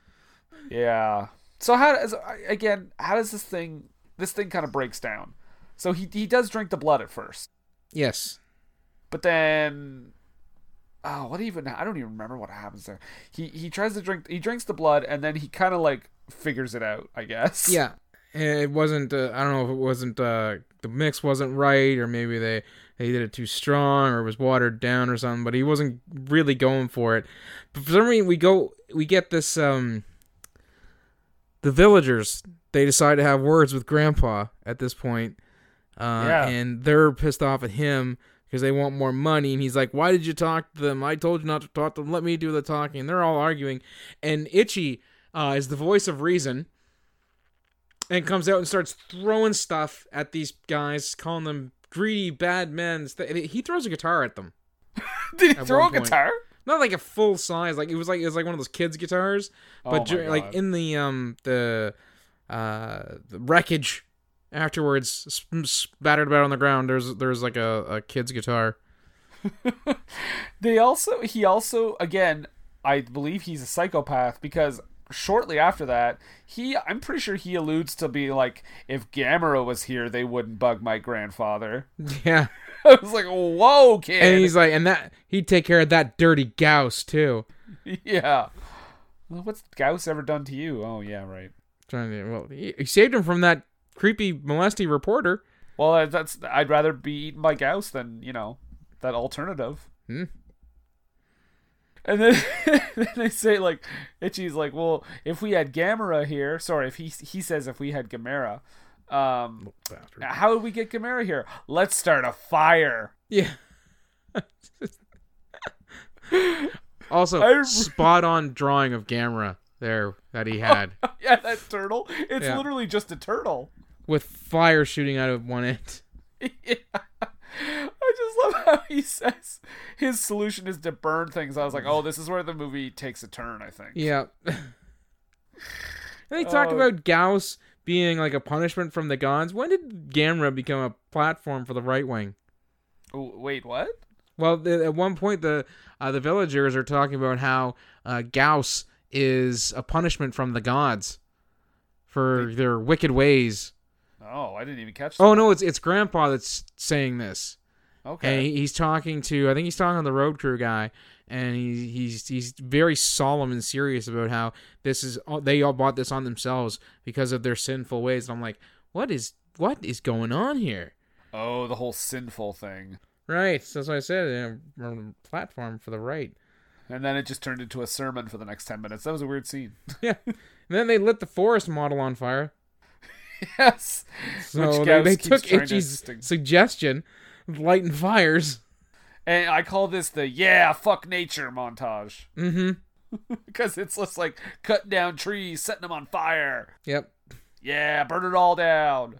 Yeah. So how does again? How does this thing? This thing kind of breaks down. So he he does drink the blood at first, Yes. but then, oh, what even? I don't even remember what happens there. He he tries to drink. He drinks the blood, and then he kind of like figures it out. I guess. Yeah. And It wasn't. Uh, I don't know if it wasn't. Uh, the mix wasn't right, or maybe they they did it too strong, or it was watered down, or something. But he wasn't really going for it. But for some reason, we go. We get this. Um. The villagers they decide to have words with Grandpa at this point, uh, Yeah. and they're pissed off at him because they want more money, and he's like, "Why did you talk to them? I told you not to talk to them. Let me do the talking." And they're all arguing, and Itchy uh, is the voice of reason and comes out and starts throwing stuff at these guys, calling them greedy bad men. Th- He throws a guitar at them. [LAUGHS] Did he At throw a one point. guitar? Not like a full size, like it was like it was like one of those kids guitars, Oh but my dur- like God. in the um the uh the wreckage afterwards sp- spattered about on the ground. There's there's like a, a kid's guitar. They also he also again I believe he's a psychopath because shortly after that he I'm pretty sure he alludes to being like if Gamera was here they wouldn't bug my grandfather. Yeah, [LAUGHS] I was like whoa kid. and he's like, and that he'd take care of that dirty Gauss too. [LAUGHS] yeah. Well, What's Gauss ever done to you? Oh yeah right. Trying to well, he, he saved him from that creepy molesty reporter. Well that- that's I'd rather be eaten by Gauss than you know that alternative. Hmm. And then, [LAUGHS] then they say like Itchy's like, well, if we had Gamera here, sorry, if he he says if we had Gamera, um, Bastard. Now, How would we get Gamera here? Let's start a fire. [LAUGHS] Yeah. [LAUGHS] also, I- spot on drawing of Gamera there that he had Yeah, that turtle. It's Yeah. literally just a turtle. with fire shooting out of one end. Yeah. [LAUGHS] I just love how he says his solution is to burn things. I was like, oh, this is where the movie takes a turn, I think. Yeah. and they talked Oh. about Gauss being like a punishment from the gods. When did Gamera become a platform for the right wing? Oh, wait, what? Well, th- at one point, the uh, the villagers are talking about how uh, Gauss is a punishment from the gods for their wicked ways. Oh, I didn't even catch that. Oh no, it's it's Grandpa that's saying this, Okay. and he, he's talking to I think he's talking to the road crew guy, and he, he's he's very solemn and serious about how this is all- they all bought this on themselves because of their sinful ways. And I'm like, what is what is going on here? Oh, the whole sinful thing. Right, so that's what I said. you know, um, platform for the right. [LAUGHS] And then it just turned into a sermon for the next 10 minutes. That was a weird scene. [LAUGHS] Yeah, and then they lit the forest model on fire. yes. Which So they, Gauss they keeps took trying to Itchy's sting- suggestion, of lighting fires. And I call this the yeah, fuck nature montage. Mm-hmm. Because it's just like cutting down trees, setting them on fire. Yep. Yeah, burn it all down.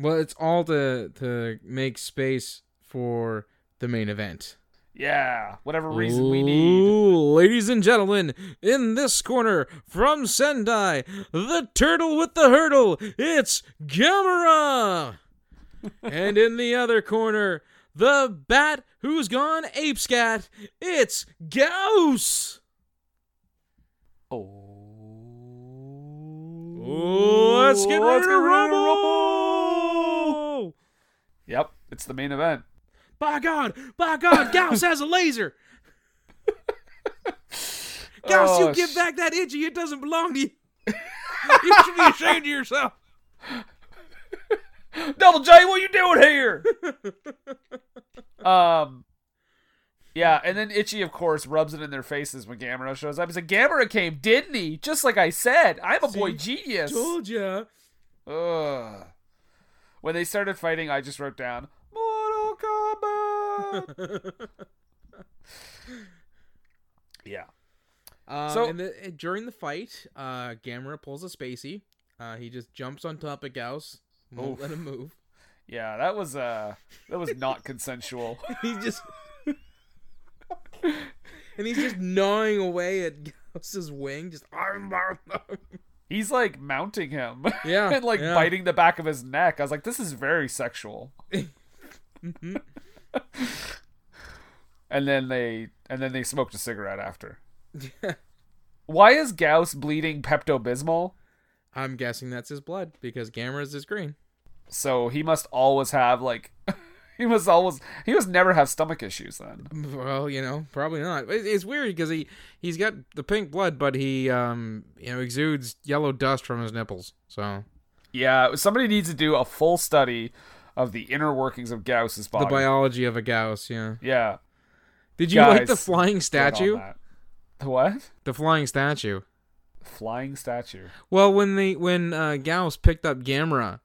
Well, it's all to to make space for the main event. Yeah, whatever reason we need. Ooh, ladies and gentlemen, in this corner from Sendai, the turtle with the hurdle, it's [LAUGHS] Gamera. and in the other corner, the bat who's gone apescat, it's Gauss. Oh. Ooh, let's get ready to rumble. Yep, it's the main event. By God, by God, Gauss has a laser. Gauss, Oh, you give sh- back that itchy. It doesn't belong [LAUGHS] to you. you should be ashamed of yourself. Double J, what you doing [LAUGHS] here? um, yeah, and then Itchy, of course, rubs it in their faces when Gamera shows up. He's like, Gamera came, didn't he? Just like I said, I'm a boy genius. Told ya. Ugh. When they started fighting, I just wrote down [LAUGHS] Mortal Kombat. yeah. Um, So- and the, during the fight, uh, Gamera pulls a spacey. Uh, he just jumps on top of Gauss, won't Oof. let him [LAUGHS] move. Yeah, that was uh that was not consensual. [LAUGHS] He just and he's just gnawing away at Gauss's wing. Just [LAUGHS] He's like mounting him. [LAUGHS] Yeah, and like yeah. [LAUGHS] biting the back of his neck. I was like, this is very sexual. Mm-hmm. and then they and then they smoked a cigarette after. Why is Gauss bleeding Pepto Bismol? I'm guessing that's his blood because Gamera's is green. So he must always have like [LAUGHS] he must always he must never have stomach issues then. Well, you know, probably not. It- It's weird because he he's got the pink blood, but he um you know exudes yellow dust from his nipples. So Yeah, somebody needs to do a full study of the inner workings of Gauss's body. the biology of a Gauss. Yeah. yeah. Did you like the Guys, flying get on statue? that. The what? The flying statue. Flying statue. Well, when the when uh, Gauss picked up Gamera,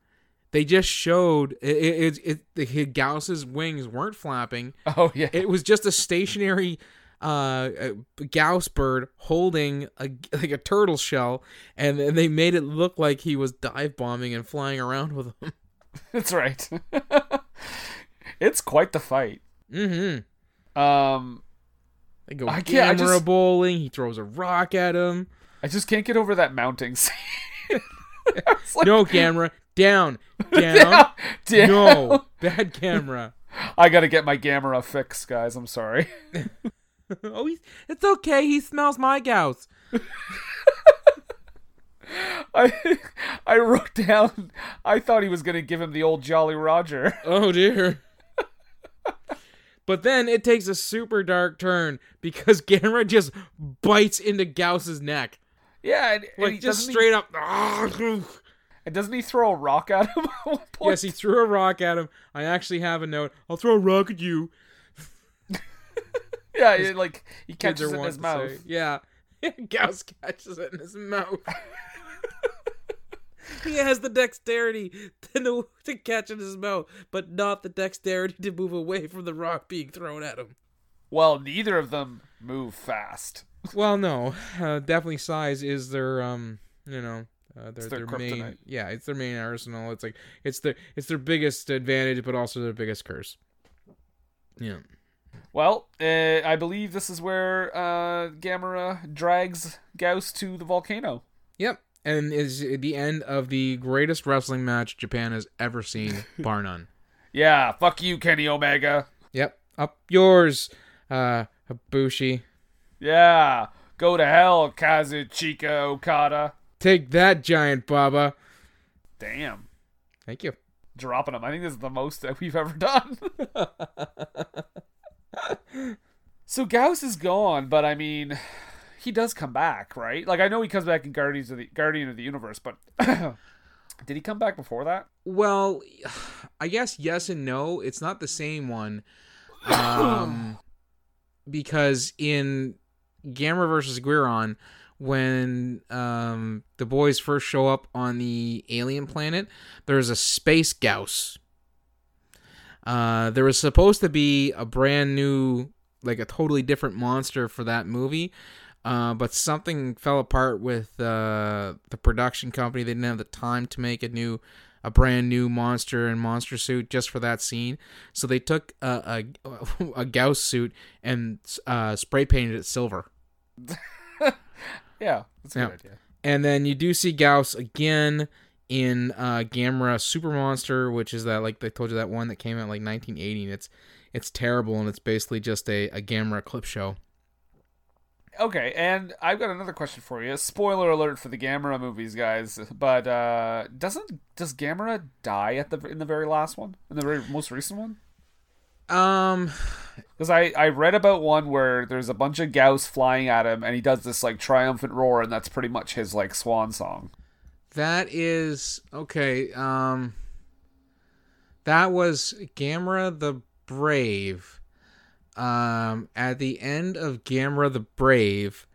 they just showed it. It, it, it the, Gauss's wings weren't flapping. Oh yeah. It was just a stationary uh, uh, Gauss bird holding a like a turtle shell, and, and they made it look like he was dive bombing and flying around with them. That's right. [LAUGHS] it's quite the fight. [LAUGHS] Mm-hmm. Um, They go I can't- I Gamera just- bowling. He throws a rock at him. I just can't get over that mounting [LAUGHS] scene. I was like, No, Gamera, [LAUGHS] down, down. "Damn, damn." No, bad camera. [LAUGHS] [LAUGHS] I gotta get my Gamera fix, guys. I'm sorry. [LAUGHS] oh, he's, it's okay. He smells my gauss. I I wrote down. I thought he was gonna give him the old Jolly Roger. [LAUGHS] Oh dear. but then it takes a super dark turn because [LAUGHS] Gamera just bites into Gauss's neck, Yeah, and, and like he- just doesn't straight He, up. Ah, and doesn't he throw a rock at him [LAUGHS] at one point? yes, he threw a rock at him. I actually have a note. I'll throw a rock at you. yeah, he, like he Kids catches are it in wont his to mouth. say. Yeah, [LAUGHS] Gauss catches it in his mouth. [LAUGHS] He has the dexterity to, know, to catch it in his mouth, but not the dexterity to move away from the rock being thrown at him. Well, neither of them move fast. Well, no, uh, definitely size is their um, you know, uh, their, their their, main kryptonite. yeah, it's their main arsenal. It's like it's their it's their biggest advantage, but also their biggest curse. Yeah, Well, uh, I believe this is where uh, Gamera drags Gauss to the volcano. yep, and is the end of the greatest wrestling match Japan has ever [LAUGHS] seen, bar none. Yeah, fuck you, Kenny Omega. Yep, up yours, uh, Habushi. Yeah, go to hell, Kazuchika Okada. Take that, giant Baba. Damn, Thank you. dropping him. I think this is the most that we've ever [LAUGHS] done. so Gauss is gone, but I mean, he does come back, right? Like I know he comes back in Guardians of the Guardian of the Universe, but [CLEARS THROAT] did he come back before that? Well, I guess yes and no. It's not the same one, um, because in Gamma versus Guiron, when um, the boys first show up on the alien planet, there's a space Gauss. Uh, there was supposed to be a brand new, like a totally different monster for that movie, uh, but something fell apart with uh, the production company. They didn't have the time to make a new a brand new monster and monster suit just for that scene. So they took a a, [LAUGHS] a Gauss suit and uh, spray painted it silver. Yeah, that's a Yeah. good idea. And then you do see Gauss again in uh, Gamera Super Monster, which is that like they told you that one that came out like 1980, and it's it's terrible, and it's basically just a, a Gamera clip show. Okay, and I've got another question for you. Spoiler alert for the Gamera movies, guys. But uh doesn't does Gamera die at the in the very last one, in the very most recent one? Um, Because I I read about one where there's a bunch of Gauss flying at him, and he does this like triumphant roar, and that's pretty much his like swan song. that is okay. Um, that was Gamera the Brave. Um, at the end of Gamera the Brave,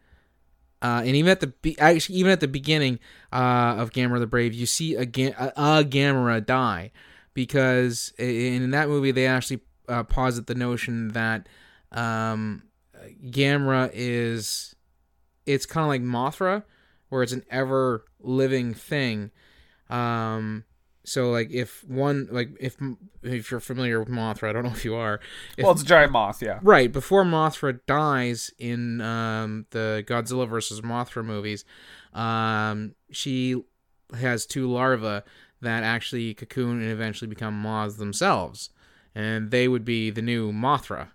uh, and even at the be- actually even at the beginning uh, of Gamera the Brave, you see a, Ga- a, a Gamera die because i- in that movie they actually uh, posit the notion that um, Gamera is it's kind of like Mothra, where it's an ever living thing. Um, so like if one like if if you're familiar with Mothra, I don't know if you are. If Well, it's a giant moth, yeah. Right before Mothra dies in um, the Godzilla versus Mothra movies, um, she has two larvae that actually cocoon and eventually become moths themselves, and they would be the new Mothra.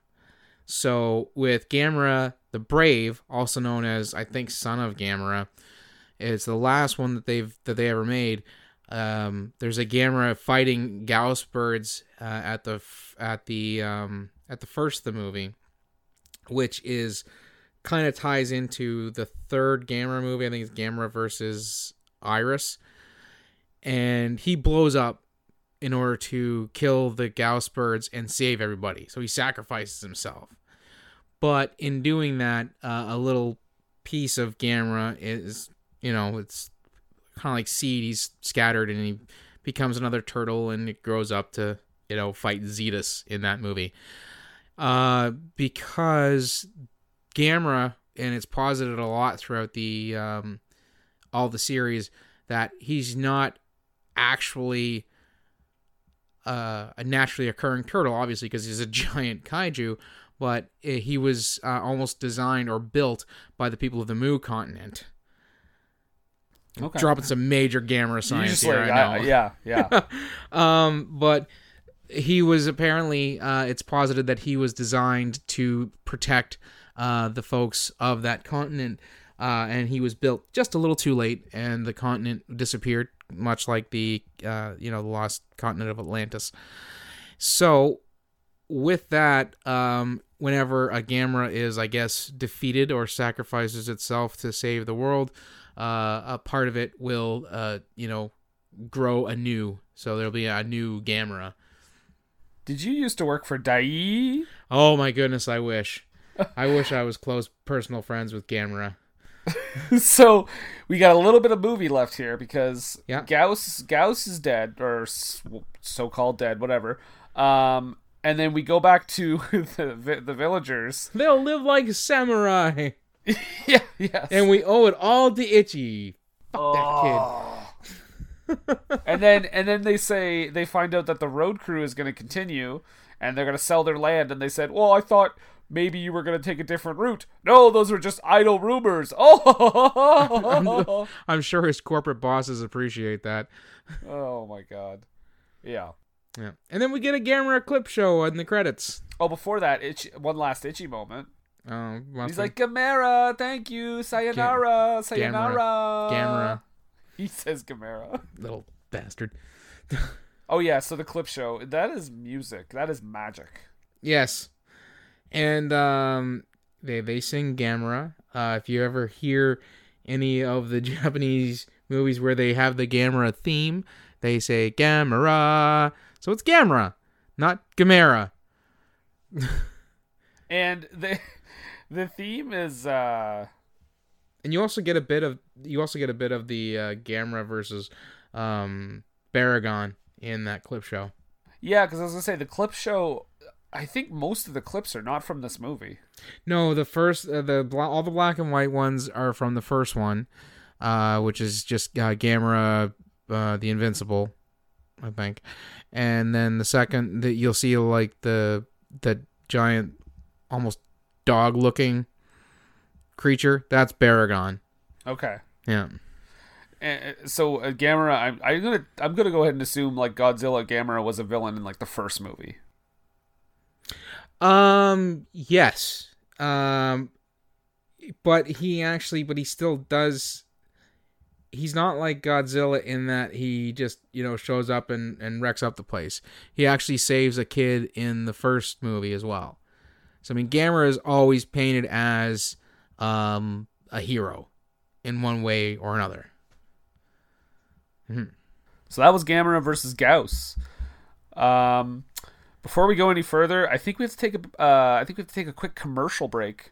So with Gamera the Brave, also known as I think Son of Gamera, it's the last one that they've that they ever made. Um, there's a Gamera fighting Gauss birds uh, at the f- at the um, at the first of the movie, which is kind of ties into the third Gamera movie. I think it's Gamera versus Iris, and he blows up in order to kill the Gauss birds and save everybody. So he sacrifices himself. But in doing that, uh, a little piece of Gamera is, you know, it's kind of like seed. He's scattered and he becomes another turtle and it grows up to, you know, fight Zetus in that movie. Uh, because Gamera, and it's posited a lot throughout the um, all the series, that he's not actually uh, a naturally occurring turtle, obviously, because he's a [LAUGHS] giant kaiju. But uh, he was uh, almost designed or built by the people of the Mu continent. Okay. Dropping some major Gamera You science just, here like, right I- now. yeah, yeah. [LAUGHS] um, but he was apparently uh, it's posited that he was designed to protect uh, the folks of that continent uh, and he was built just a little too late and the continent disappeared much like the uh, you know the lost continent of atlantis so with that um, whenever a gamma is i guess defeated or sacrifices itself to save the world uh, a part of it will uh, you know grow anew. So there'll be a new Gamera. Did you used to work for Dai? Oh my goodness, I wish. I wish I was close personal friends with Gamera. [LAUGHS] so we got a little bit of movie left here because Yeah. Gauss Gauss is dead or so called dead, whatever. Um, and then we go back to [LAUGHS] the vi- [LAUGHS] the villagers. They'll live like samurai. yeah, yes. And we owe it all to Itchy. Fuck that [LAUGHS] and then and then they say they find out that the road crew is going to continue and they're going to sell their land and they said well i thought maybe you were going to take a different route no those were just [LAUGHS] idle rumors [LAUGHS] oh [LAUGHS] kid. [LAUGHS] I'm sure his corporate bosses appreciate that. oh my god yeah Yeah. And then we get a Gamera clip show in the credits. oh before that itch one last itchy moment Um, well, he's like gamera thank you sayonara sayonara Gamera, he says gamera little bastard. oh yeah so the clip show that is music that is magic Yes. And um, they they sing Gamera. Uh, if you ever hear any of the [LAUGHS] Japanese movies where they have the Gamera theme, they say Gamera. So it's Gamera, not Gamera. and the [LAUGHS] the theme is uh And you also get a bit of you also get a bit of the uh, Gamera versus um, Baragon in that clip show. Yeah, because I was gonna say the clip show. I think most of the clips are not from this movie. No, the first uh, the bla- all the black and white ones are from the first one, uh, which is just uh, Gamera, uh, the Invincible, I think. And then the second that you'll see like the that giant almost dog looking creature, that's Baragon. Okay. Yeah. And, uh, so uh, Gamera, I'm, I'm gonna I'm gonna go ahead and assume like Godzilla Gamera was a villain in like the first movie. Um yes. Um but he actually but he still does he's not like Godzilla in that he just, you know, shows up and and wrecks up the place. He actually saves a kid in the first movie as well. So I mean Gamera is always painted as um a hero in one way or another. So that was Gamera versus Gauss. Um, before we go any further, I think we have to take a uh, I think we have to take a quick commercial break.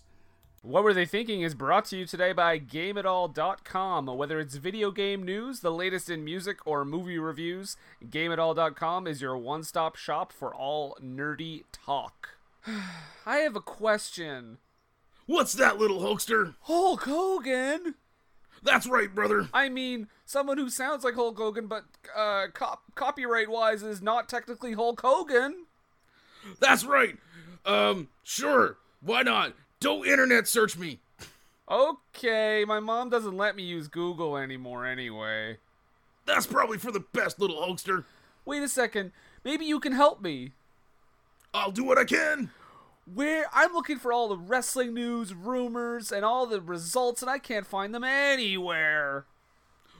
What Were They Thinking is brought to you today by GameItAll.com. Whether it's video game news, the latest in music, or movie reviews, GameItAll.com is your one stop shop for all nerdy talk. [SIGHS] I have a question. What's that, little hoaxer? Hulk Hogan? That's right, brother. I mean, someone who sounds like Hulk Hogan, but uh, cop- copyright wise is not technically Hulk Hogan. That's right. Um, sure. Why not? Don't internet search me. Okay, my mom doesn't let me use Google anymore anyway. That's probably for the best, little hoaxer. Wait a second, maybe you can help me. I'll do what I can. Where I'm looking for all the wrestling news, rumors, and all the results, and I can't find them anywhere.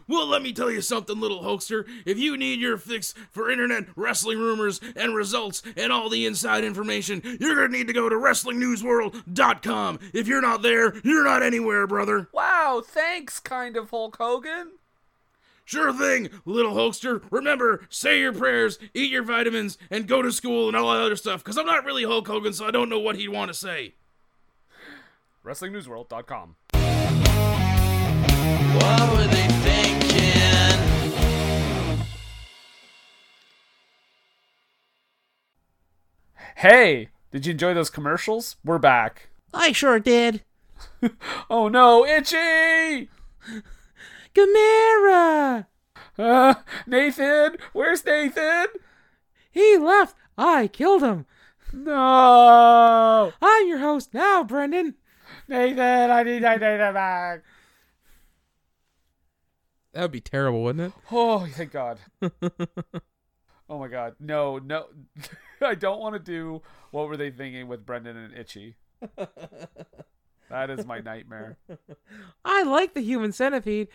Well, let me tell you something, little hoaxer. If you need your fix for internet wrestling rumors and results and all the inside information, you're going to need to go to WrestlingNewsWorld.com. If you're not there, you're not anywhere, brother. Wow, thanks, kind of Hulk Hogan. Sure thing, little hoaxer. Remember, say your prayers, eat your vitamins, and go to school and all that other stuff, because I'm not really Hulk Hogan, so I don't know what he'd want to say. WrestlingNewsWorld.com. What were they thinking? Hey, did you enjoy those commercials? We're back. I sure did. Oh no, Itchy! Gamera! Uh, Nathan, where's Nathan? He left. I killed him. No, I'm your host now, Brendan. Nathan, I need my data back. That would be terrible, wouldn't it? Oh, thank God. [LAUGHS] oh my God. No, no. [LAUGHS] I don't want to do what were they thinking with Brendan and [LAUGHS] Itchy. that is my nightmare. I like the Human Centipede.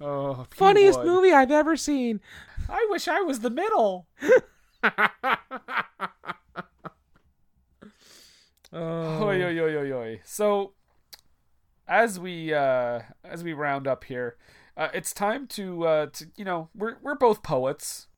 Oh, if you Funniest would. movie I've ever seen. I wish I was the middle. [LAUGHS] Oh, Oy, oy, oy, oy, oy. So, as we uh, as we round up here, uh, it's time to uh, to you know we're we're both poets.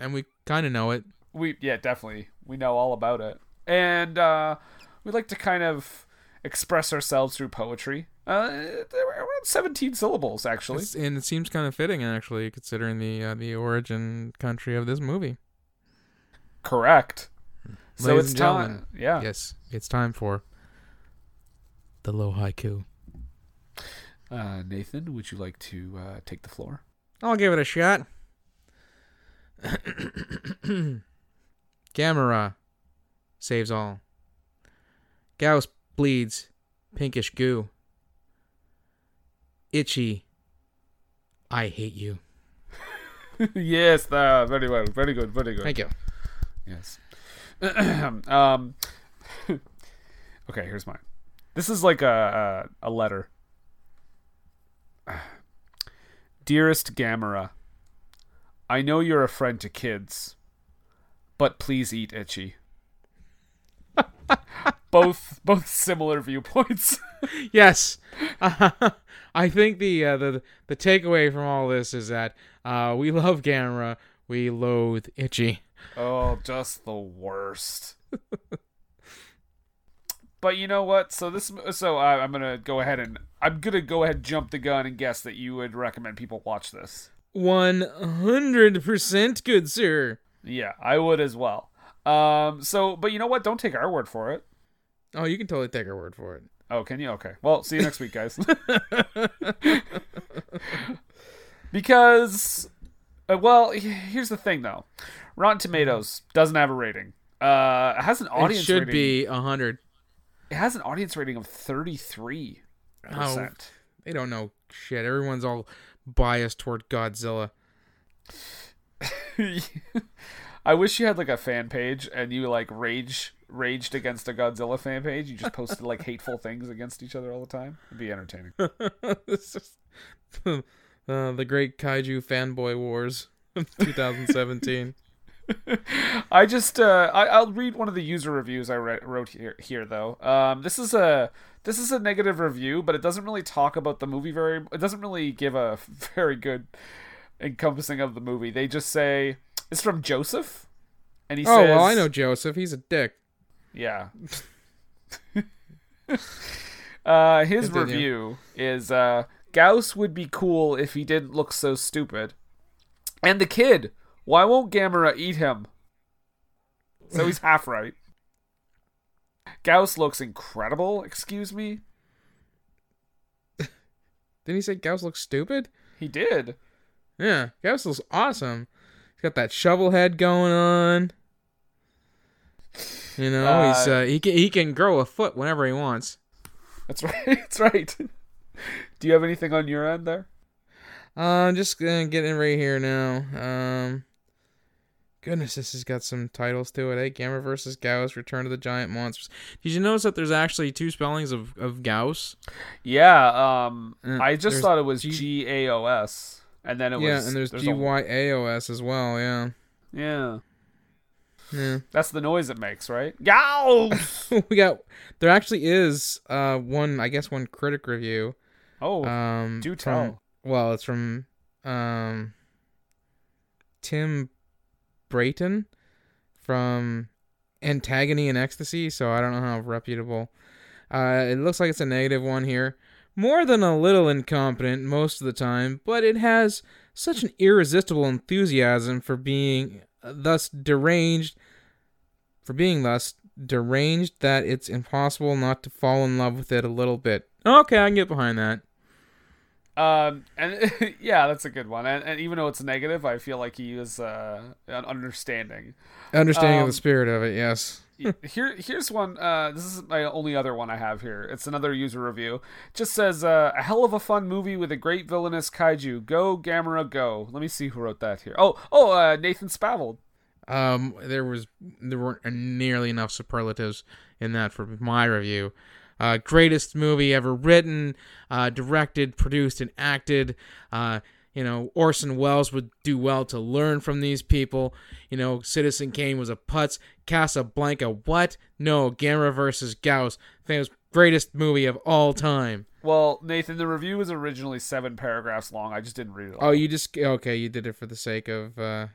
And we kind of know it. we yeah definitely we know all about it and uh we like to kind of express ourselves through poetry uh there were around 17 syllables actually It's- and it seems kind of fitting, actually, considering the uh, the origin country of this movie. correct so Ladies it's and time gentlemen, yeah Yes, it's time for the low haiku. uh nathan would you like to uh take the floor I'll give it a [COUGHS] shot. Gamera saves all. Gauss bleeds pinkish goo. Itchy, I hate you. [LAUGHS] yes uh, very well very good very good Thank you. Yes. [CLEARS THROAT] um, [LAUGHS] okay, here's mine. This is like a a, a letter. [SIGHS] Dearest Gamera, I know you're a friend to kids, but please eat itchy. [LAUGHS] both both similar viewpoints. [LAUGHS] Yes, [LAUGHS] I think the, uh, the the takeaway from all this is that uh, we love Gamera, we loathe Itchy. Oh, just the worst. [LAUGHS] but you know what? So this, so I, I'm gonna go ahead and I'm gonna go ahead jump the gun and guess that you would recommend people watch this. One hundred percent good, sir. Yeah, I would as well. Um, so, but you know what? Don't take our word for it. Oh, you can totally take our word for it. Oh, can you? Okay. Well, see you next week, [LAUGHS] guys. because, uh, well, he- here's the thing though, Rotten Tomatoes doesn't have a rating. Uh, it has an audience it should rating. be a hundred. It has an audience rating of thirty three percent. They don't know shit. Everyone's all biased toward Godzilla. [LAUGHS] Oh. [LAUGHS] I wish you had like a fan page and you like rage raged against a Godzilla fan page. You just posted [LAUGHS] like hateful things against each other all the time. It'd be entertaining. This is [LAUGHS] uh, the great kaiju fanboy wars of [LAUGHS] 2017. I just uh, I, I'll read one of the user reviews I re- wrote here here though. Um, this is a this is a negative review, but it doesn't really talk about the movie very. It doesn't really give a [LAUGHS] very good encompassing of the movie. They just say it's from Joseph, and he oh says, well, I know Joseph. He's a dick. Yeah. uh, his Continue. review is uh, Gauss would be cool if he didn't look so stupid. And the kid, why won't Gamera eat him? So [LAUGHS] he's half right. Gauss looks incredible, excuse me. Didn't he say Gauss looks stupid? He did. Yeah, Gauss looks awesome. He's got that shovel head going on. You know, he's Uh, uh, he can he can grow a foot whenever he wants. That's [LAUGHS] right. That's right. Do you have anything on your end there? Uh, I'm just gonna get in right here now. Um, goodness, this has got some titles to it. Eh? Gamma versus Gauss, Return to the Giant Monsters. Did you notice that there's actually two spellings of, of Gauss? Yeah, um Uh, I just there's thought it was G- G A O S and then it yeah, was and there's, a- G-Y-A-O-S as well. Yeah, Yeah. yeah. [LAUGHS] That's the noise it makes, right? Yows! we got there actually is uh one I guess one critic review. [LAUGHS] oh, Um, do from- tell. well, it's from um Tim Brayton from Antagony and Ecstasy, so I don't know how reputable. Uh, it looks like it's a negative one here. More than a little incompetent most of the time, but it has such an irresistible enthusiasm for being uh, thus deranged, for being thus deranged that it's impossible not to fall in love with it a little bit. Okay, I can get behind that. um, and [LAUGHS] yeah, that's a good one. And, and even though it's negative, I feel like he was uh, an understanding. Understanding of Um, the spirit of it, yes. [LAUGHS] Here, here's one. Uh, this is my only other one I have here. It's another user review. Just says uh, a hell of a fun movie with a great villainous kaiju. Go Gamera, go! Let me see who wrote that here. Oh, oh, uh, Nathan Spavold. Um, there was there weren't nearly enough superlatives in that for my review. Uh, greatest movie ever written, uh, directed, produced, and acted. Uh, you know Orson Welles would do well to learn from these people. You know Citizen Kane was a putz. Casablanca, what? No, Gamera versus Gauss, famous greatest movie of all time. Well, Nathan, the review was originally seven paragraphs long. I just didn't read it. All. Oh, you just okay? You did it for the sake of uh,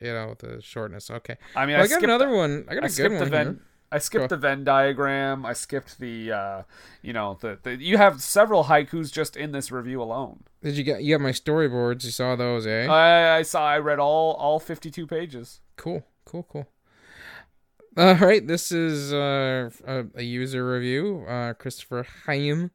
you know the shortness. Okay. I mean, Well, I, I got skipped another one. I got a I good skipped the one. Venn. here. I Go. skipped the Venn diagram. I skipped the, uh, you know, the, the you have several haikus just in this review alone. Did you get you got my storyboards? You saw those, eh? I, I saw. I read all all fifty two pages. cool, cool, cool. All right, this is uh, a, a user review. Uh, Christopher Haim.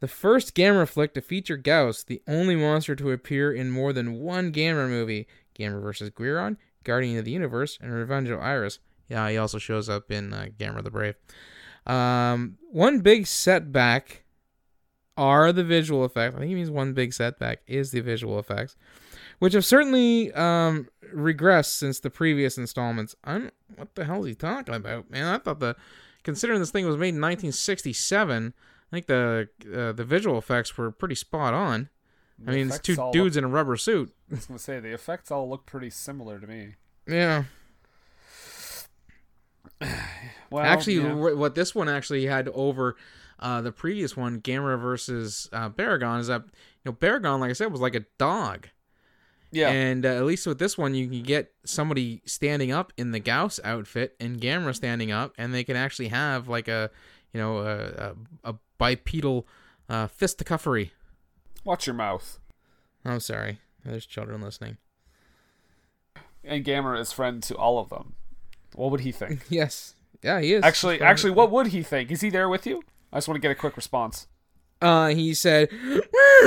The first Gamera flick to feature Gauss, the only monster to appear in more than one Gamera movie: Gamera vs. Guiron, Guardian of the Universe, and Revenge of Iris. Yeah, he also shows up in uh, Gamera the Brave. Um, one big setback are the visual effects. I think he means one big setback is the visual effects, which have certainly um, regressed since the previous installments. I'm what the hell is he talking about, man? I thought the considering this thing was made in 1967, I think the uh, the visual effects were pretty spot on. I mean, it's effects two all dudes in a rubber suit. I was gonna say the effects all look pretty similar to me. Yeah. Well, actually, yeah. wh- what this one actually had over uh, the previous one, Gamera versus uh, Baragon, is that you know Baragon, like I said, was like a dog. Yeah. And uh, at least with this one, you can get somebody standing up in the Gauss outfit and Gamera standing up, and they can actually have like a, you know, a, a, a bipedal uh, fisticuffery. Watch your mouth. I'm sorry. There's children listening. [LAUGHS] And Gamera is friend to all of them. What would he [LAUGHS] think? Yes. Yeah, he is. Actually, He's friend- actually, what would he think? Is he there with you? I just want to get a quick response. Uh, he said. [LAUGHS]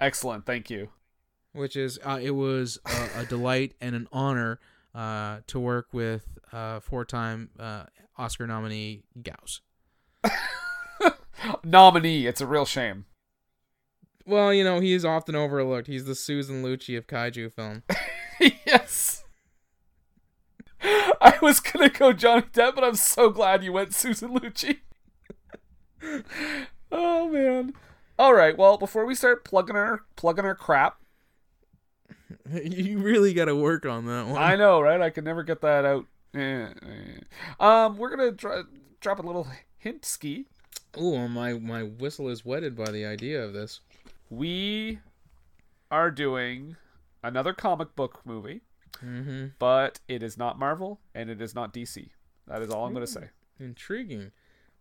Excellent, thank you. [GASPS] which is uh, it was uh, a delight and an honor uh, to work with uh, four-time uh, Oscar nominee Gauss. Nominee, it's a real shame. Well, you know he is often overlooked. He's the Susan Lucci of kaiju film. [LAUGHS] yes. I was gonna go Johnny Depp, but I'm so glad you went Susan Lucci. [LAUGHS] oh man. All right. Well, before we start plugging her, plugging her crap. [LAUGHS] you really got to work on that one. I know, right? I could never get that out. Eh, eh. Um, we're gonna dro- drop a little hint ski. Ooh, my my whistle is wetted by the idea of this. We are doing another comic book movie, hmm but it is not Marvel and it is not DC. That is all I'm gonna say. Intriguing,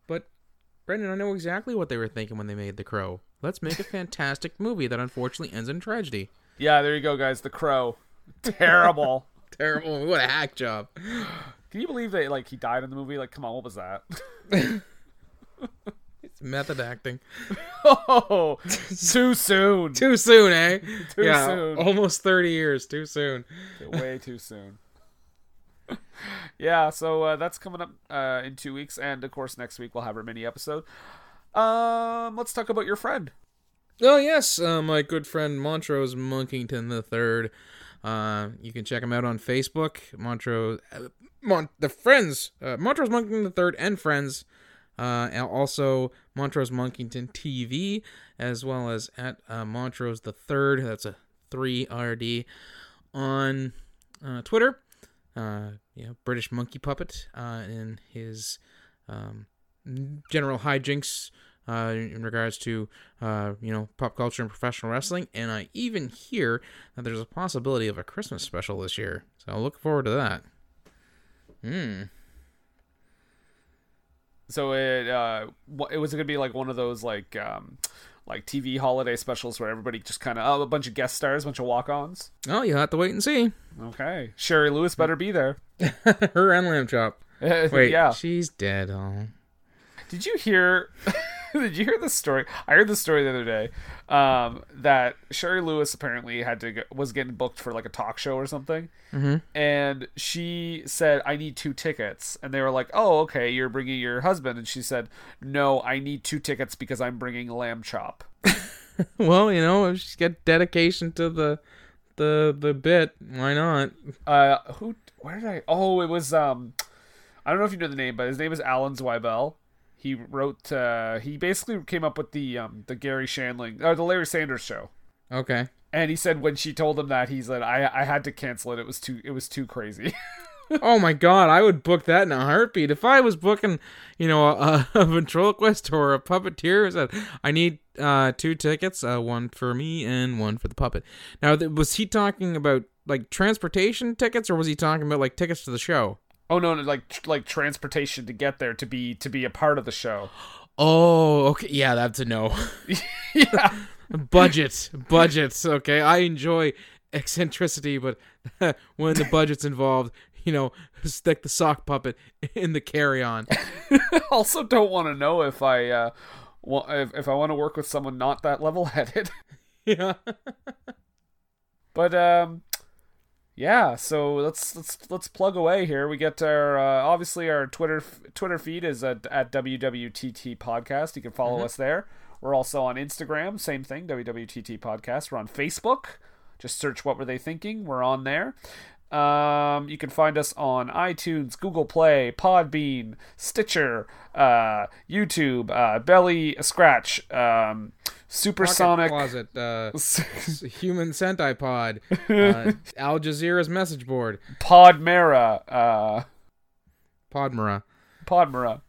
but Brendan, I know exactly what they were thinking when they made The Crow. Let's [LAUGHS] make a fantastic movie that unfortunately ends in tragedy. Yeah, there you go, guys. The Crow. Terrible. [LAUGHS] Terrible! What a hack job. Can you believe that like he died in the movie? Like, come on, what was that? [LAUGHS] It's method acting. oh, too soon. Too soon, eh? [LAUGHS] Too soon. Almost 30 years. Too soon. Way too soon. yeah, so uh, that's coming up uh, in two weeks, and of course next week we'll have our mini episode. Um, let's talk about your friend. Oh, yes. Uh, my good friend Montrose Monkington the Third. Uh, you can check him out on Facebook. Montrose, uh, Mon- the friends, uh, Montrose Monkington the Third and friends. Uh, and also Montrose Monkington TV, as well as at uh, Montrose the Third. That's a three RD on uh, Twitter. Uh, you know, British monkey puppet uh, in his um, general hijinks uh, in regards to uh, you know pop culture and professional wrestling. And I even hear that there's a possibility of a Christmas special this year, so I look forward to that. Hmm. So it uh, wha- it was gonna be like one of those like um, like TV holiday specials where everybody just kind of oh, a bunch of guest stars, a bunch of walk-ons. Oh, you'll have to wait and see. [LAUGHS] Okay, Sherry Lewis better be there. [LAUGHS] Her and Lamb Chop. Wait, yeah. she's dead. Oh. Did you hear? [LAUGHS] did you hear this story? I heard this story the other day um, that Sherry Lewis apparently had to go, was getting booked for like a talk show or something, and she said, "I need two tickets," and they were like, "Oh, okay, you're bringing your husband," and she said, "No, I need two tickets because I'm bringing lamb chop." Well, you know, if she's got dedication to the the the bit, why not? Uh, who? Where did I? Oh, it was um, I don't know if you know the name, but his name is Alan Zweibel. He wrote. Uh, he basically came up with the um, the Gary Shandling or the Larry Sanders show. Okay. And he said when she told him that, he said, "I I had to cancel it. It was too it was too crazy." [LAUGHS] Oh my god, I would book that in a heartbeat. If I was booking, you know, a, [LAUGHS] a ventriloquist or a puppeteer, I said, I need uh, two tickets, uh, one for me and one for the puppet. Now, th- was he talking about like transportation tickets, or was he talking about like tickets to the show? oh no, no, like tr- like transportation to get there to be to be a part of the show. [LAUGHS] Oh, okay, yeah, that's a no. [LAUGHS] yeah, budget, budgets. Okay, I enjoy eccentricity, but [LAUGHS] when the budget's involved, you know, [LAUGHS] stick the sock puppet in the carry-on. [LAUGHS] also don't want to know if I uh wa- if, if I want to work with someone not that level headed. yeah. But um yeah, so let's let's let's plug away here. We get our uh, obviously our Twitter f- Twitter feed is at, at WWTT podcast. You can follow us there. We're also on Instagram, same thing, WWTT podcast. We're on Facebook. Just search what were they thinking? We're on there. Um, you can find us on iTunes, Google Play, Podbean, Stitcher, uh, YouTube, uh, Belly Scratch, um, Supersonic. Pocket closet. [LAUGHS] Uh, [LAUGHS] human Sentai Pod, [LAUGHS] uh, Al Jazeera's message board, Podmera, uh, Podmara. [LAUGHS] Podmara.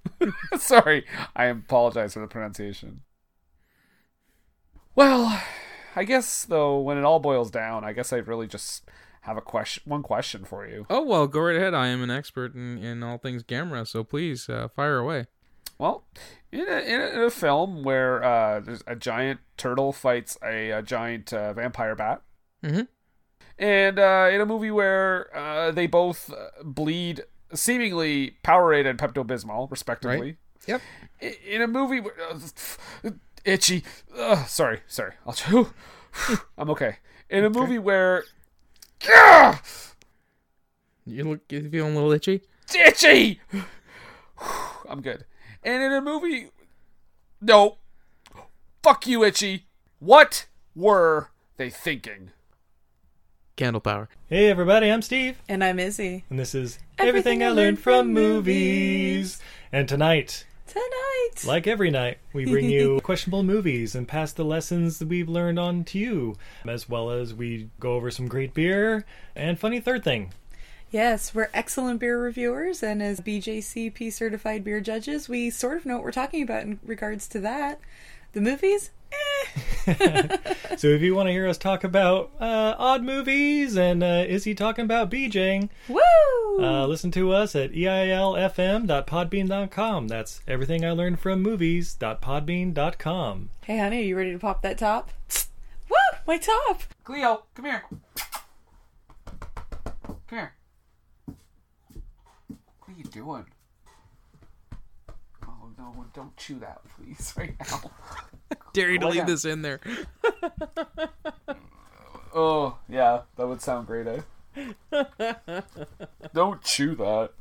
Sorry, I apologize for the pronunciation. Well, I guess though, when it all boils down, I guess I really just have a question, one question for you. Oh well, go right ahead. I am an expert in, in all things Gamera, so please uh, fire away. Well, in a, in a, in a film where uh, there's a giant turtle fights a, a giant uh, vampire bat, Mhm. and uh, in a movie where uh, they both uh, bleed seemingly Powerade and Pepto Bismol, respectively. Yep. I- In a movie, where, uh, [SIGHS] itchy. Ugh, sorry, sorry. I'll. [LAUGHS] I'm okay. In a movie where. [CLEARS THROAT] Ah! Gah! You look you feeling a little itchy. itchy. [SIGHS] I'm good. And in a movie, no, fuck you, itchy. What were they thinking? Candle power. Hey everybody, I'm Steve, And I'm Izzy. and this is Everything Everything I I Learned Learned from from Movies. And tonight, Tonight. like every night, we bring you [LAUGHS] questionable movies and pass the lessons that we've learned on to you, as well as we go over some great beer and funny third thing. yes, we're excellent beer reviewers, and as BJCP certified beer judges, we sort of know what we're talking about in regards to that. The movies? Eh. So if you want to hear us talk about uh, odd movies and uh, Izzy talking about BJing, Woo! uh, listen to us at eilfm.podbean.com. That's Everything I Learned from Movies.podbean.com. hey, honey, are you ready to pop that top? Woo! My top! Cleo, come here. Come here. What are you doing? Oh no! Don't chew that, please, [LAUGHS] right now. Dare you to leave leave yeah. this this in there? [LAUGHS] oh yeah, that would sound great, eh? Don't chew that.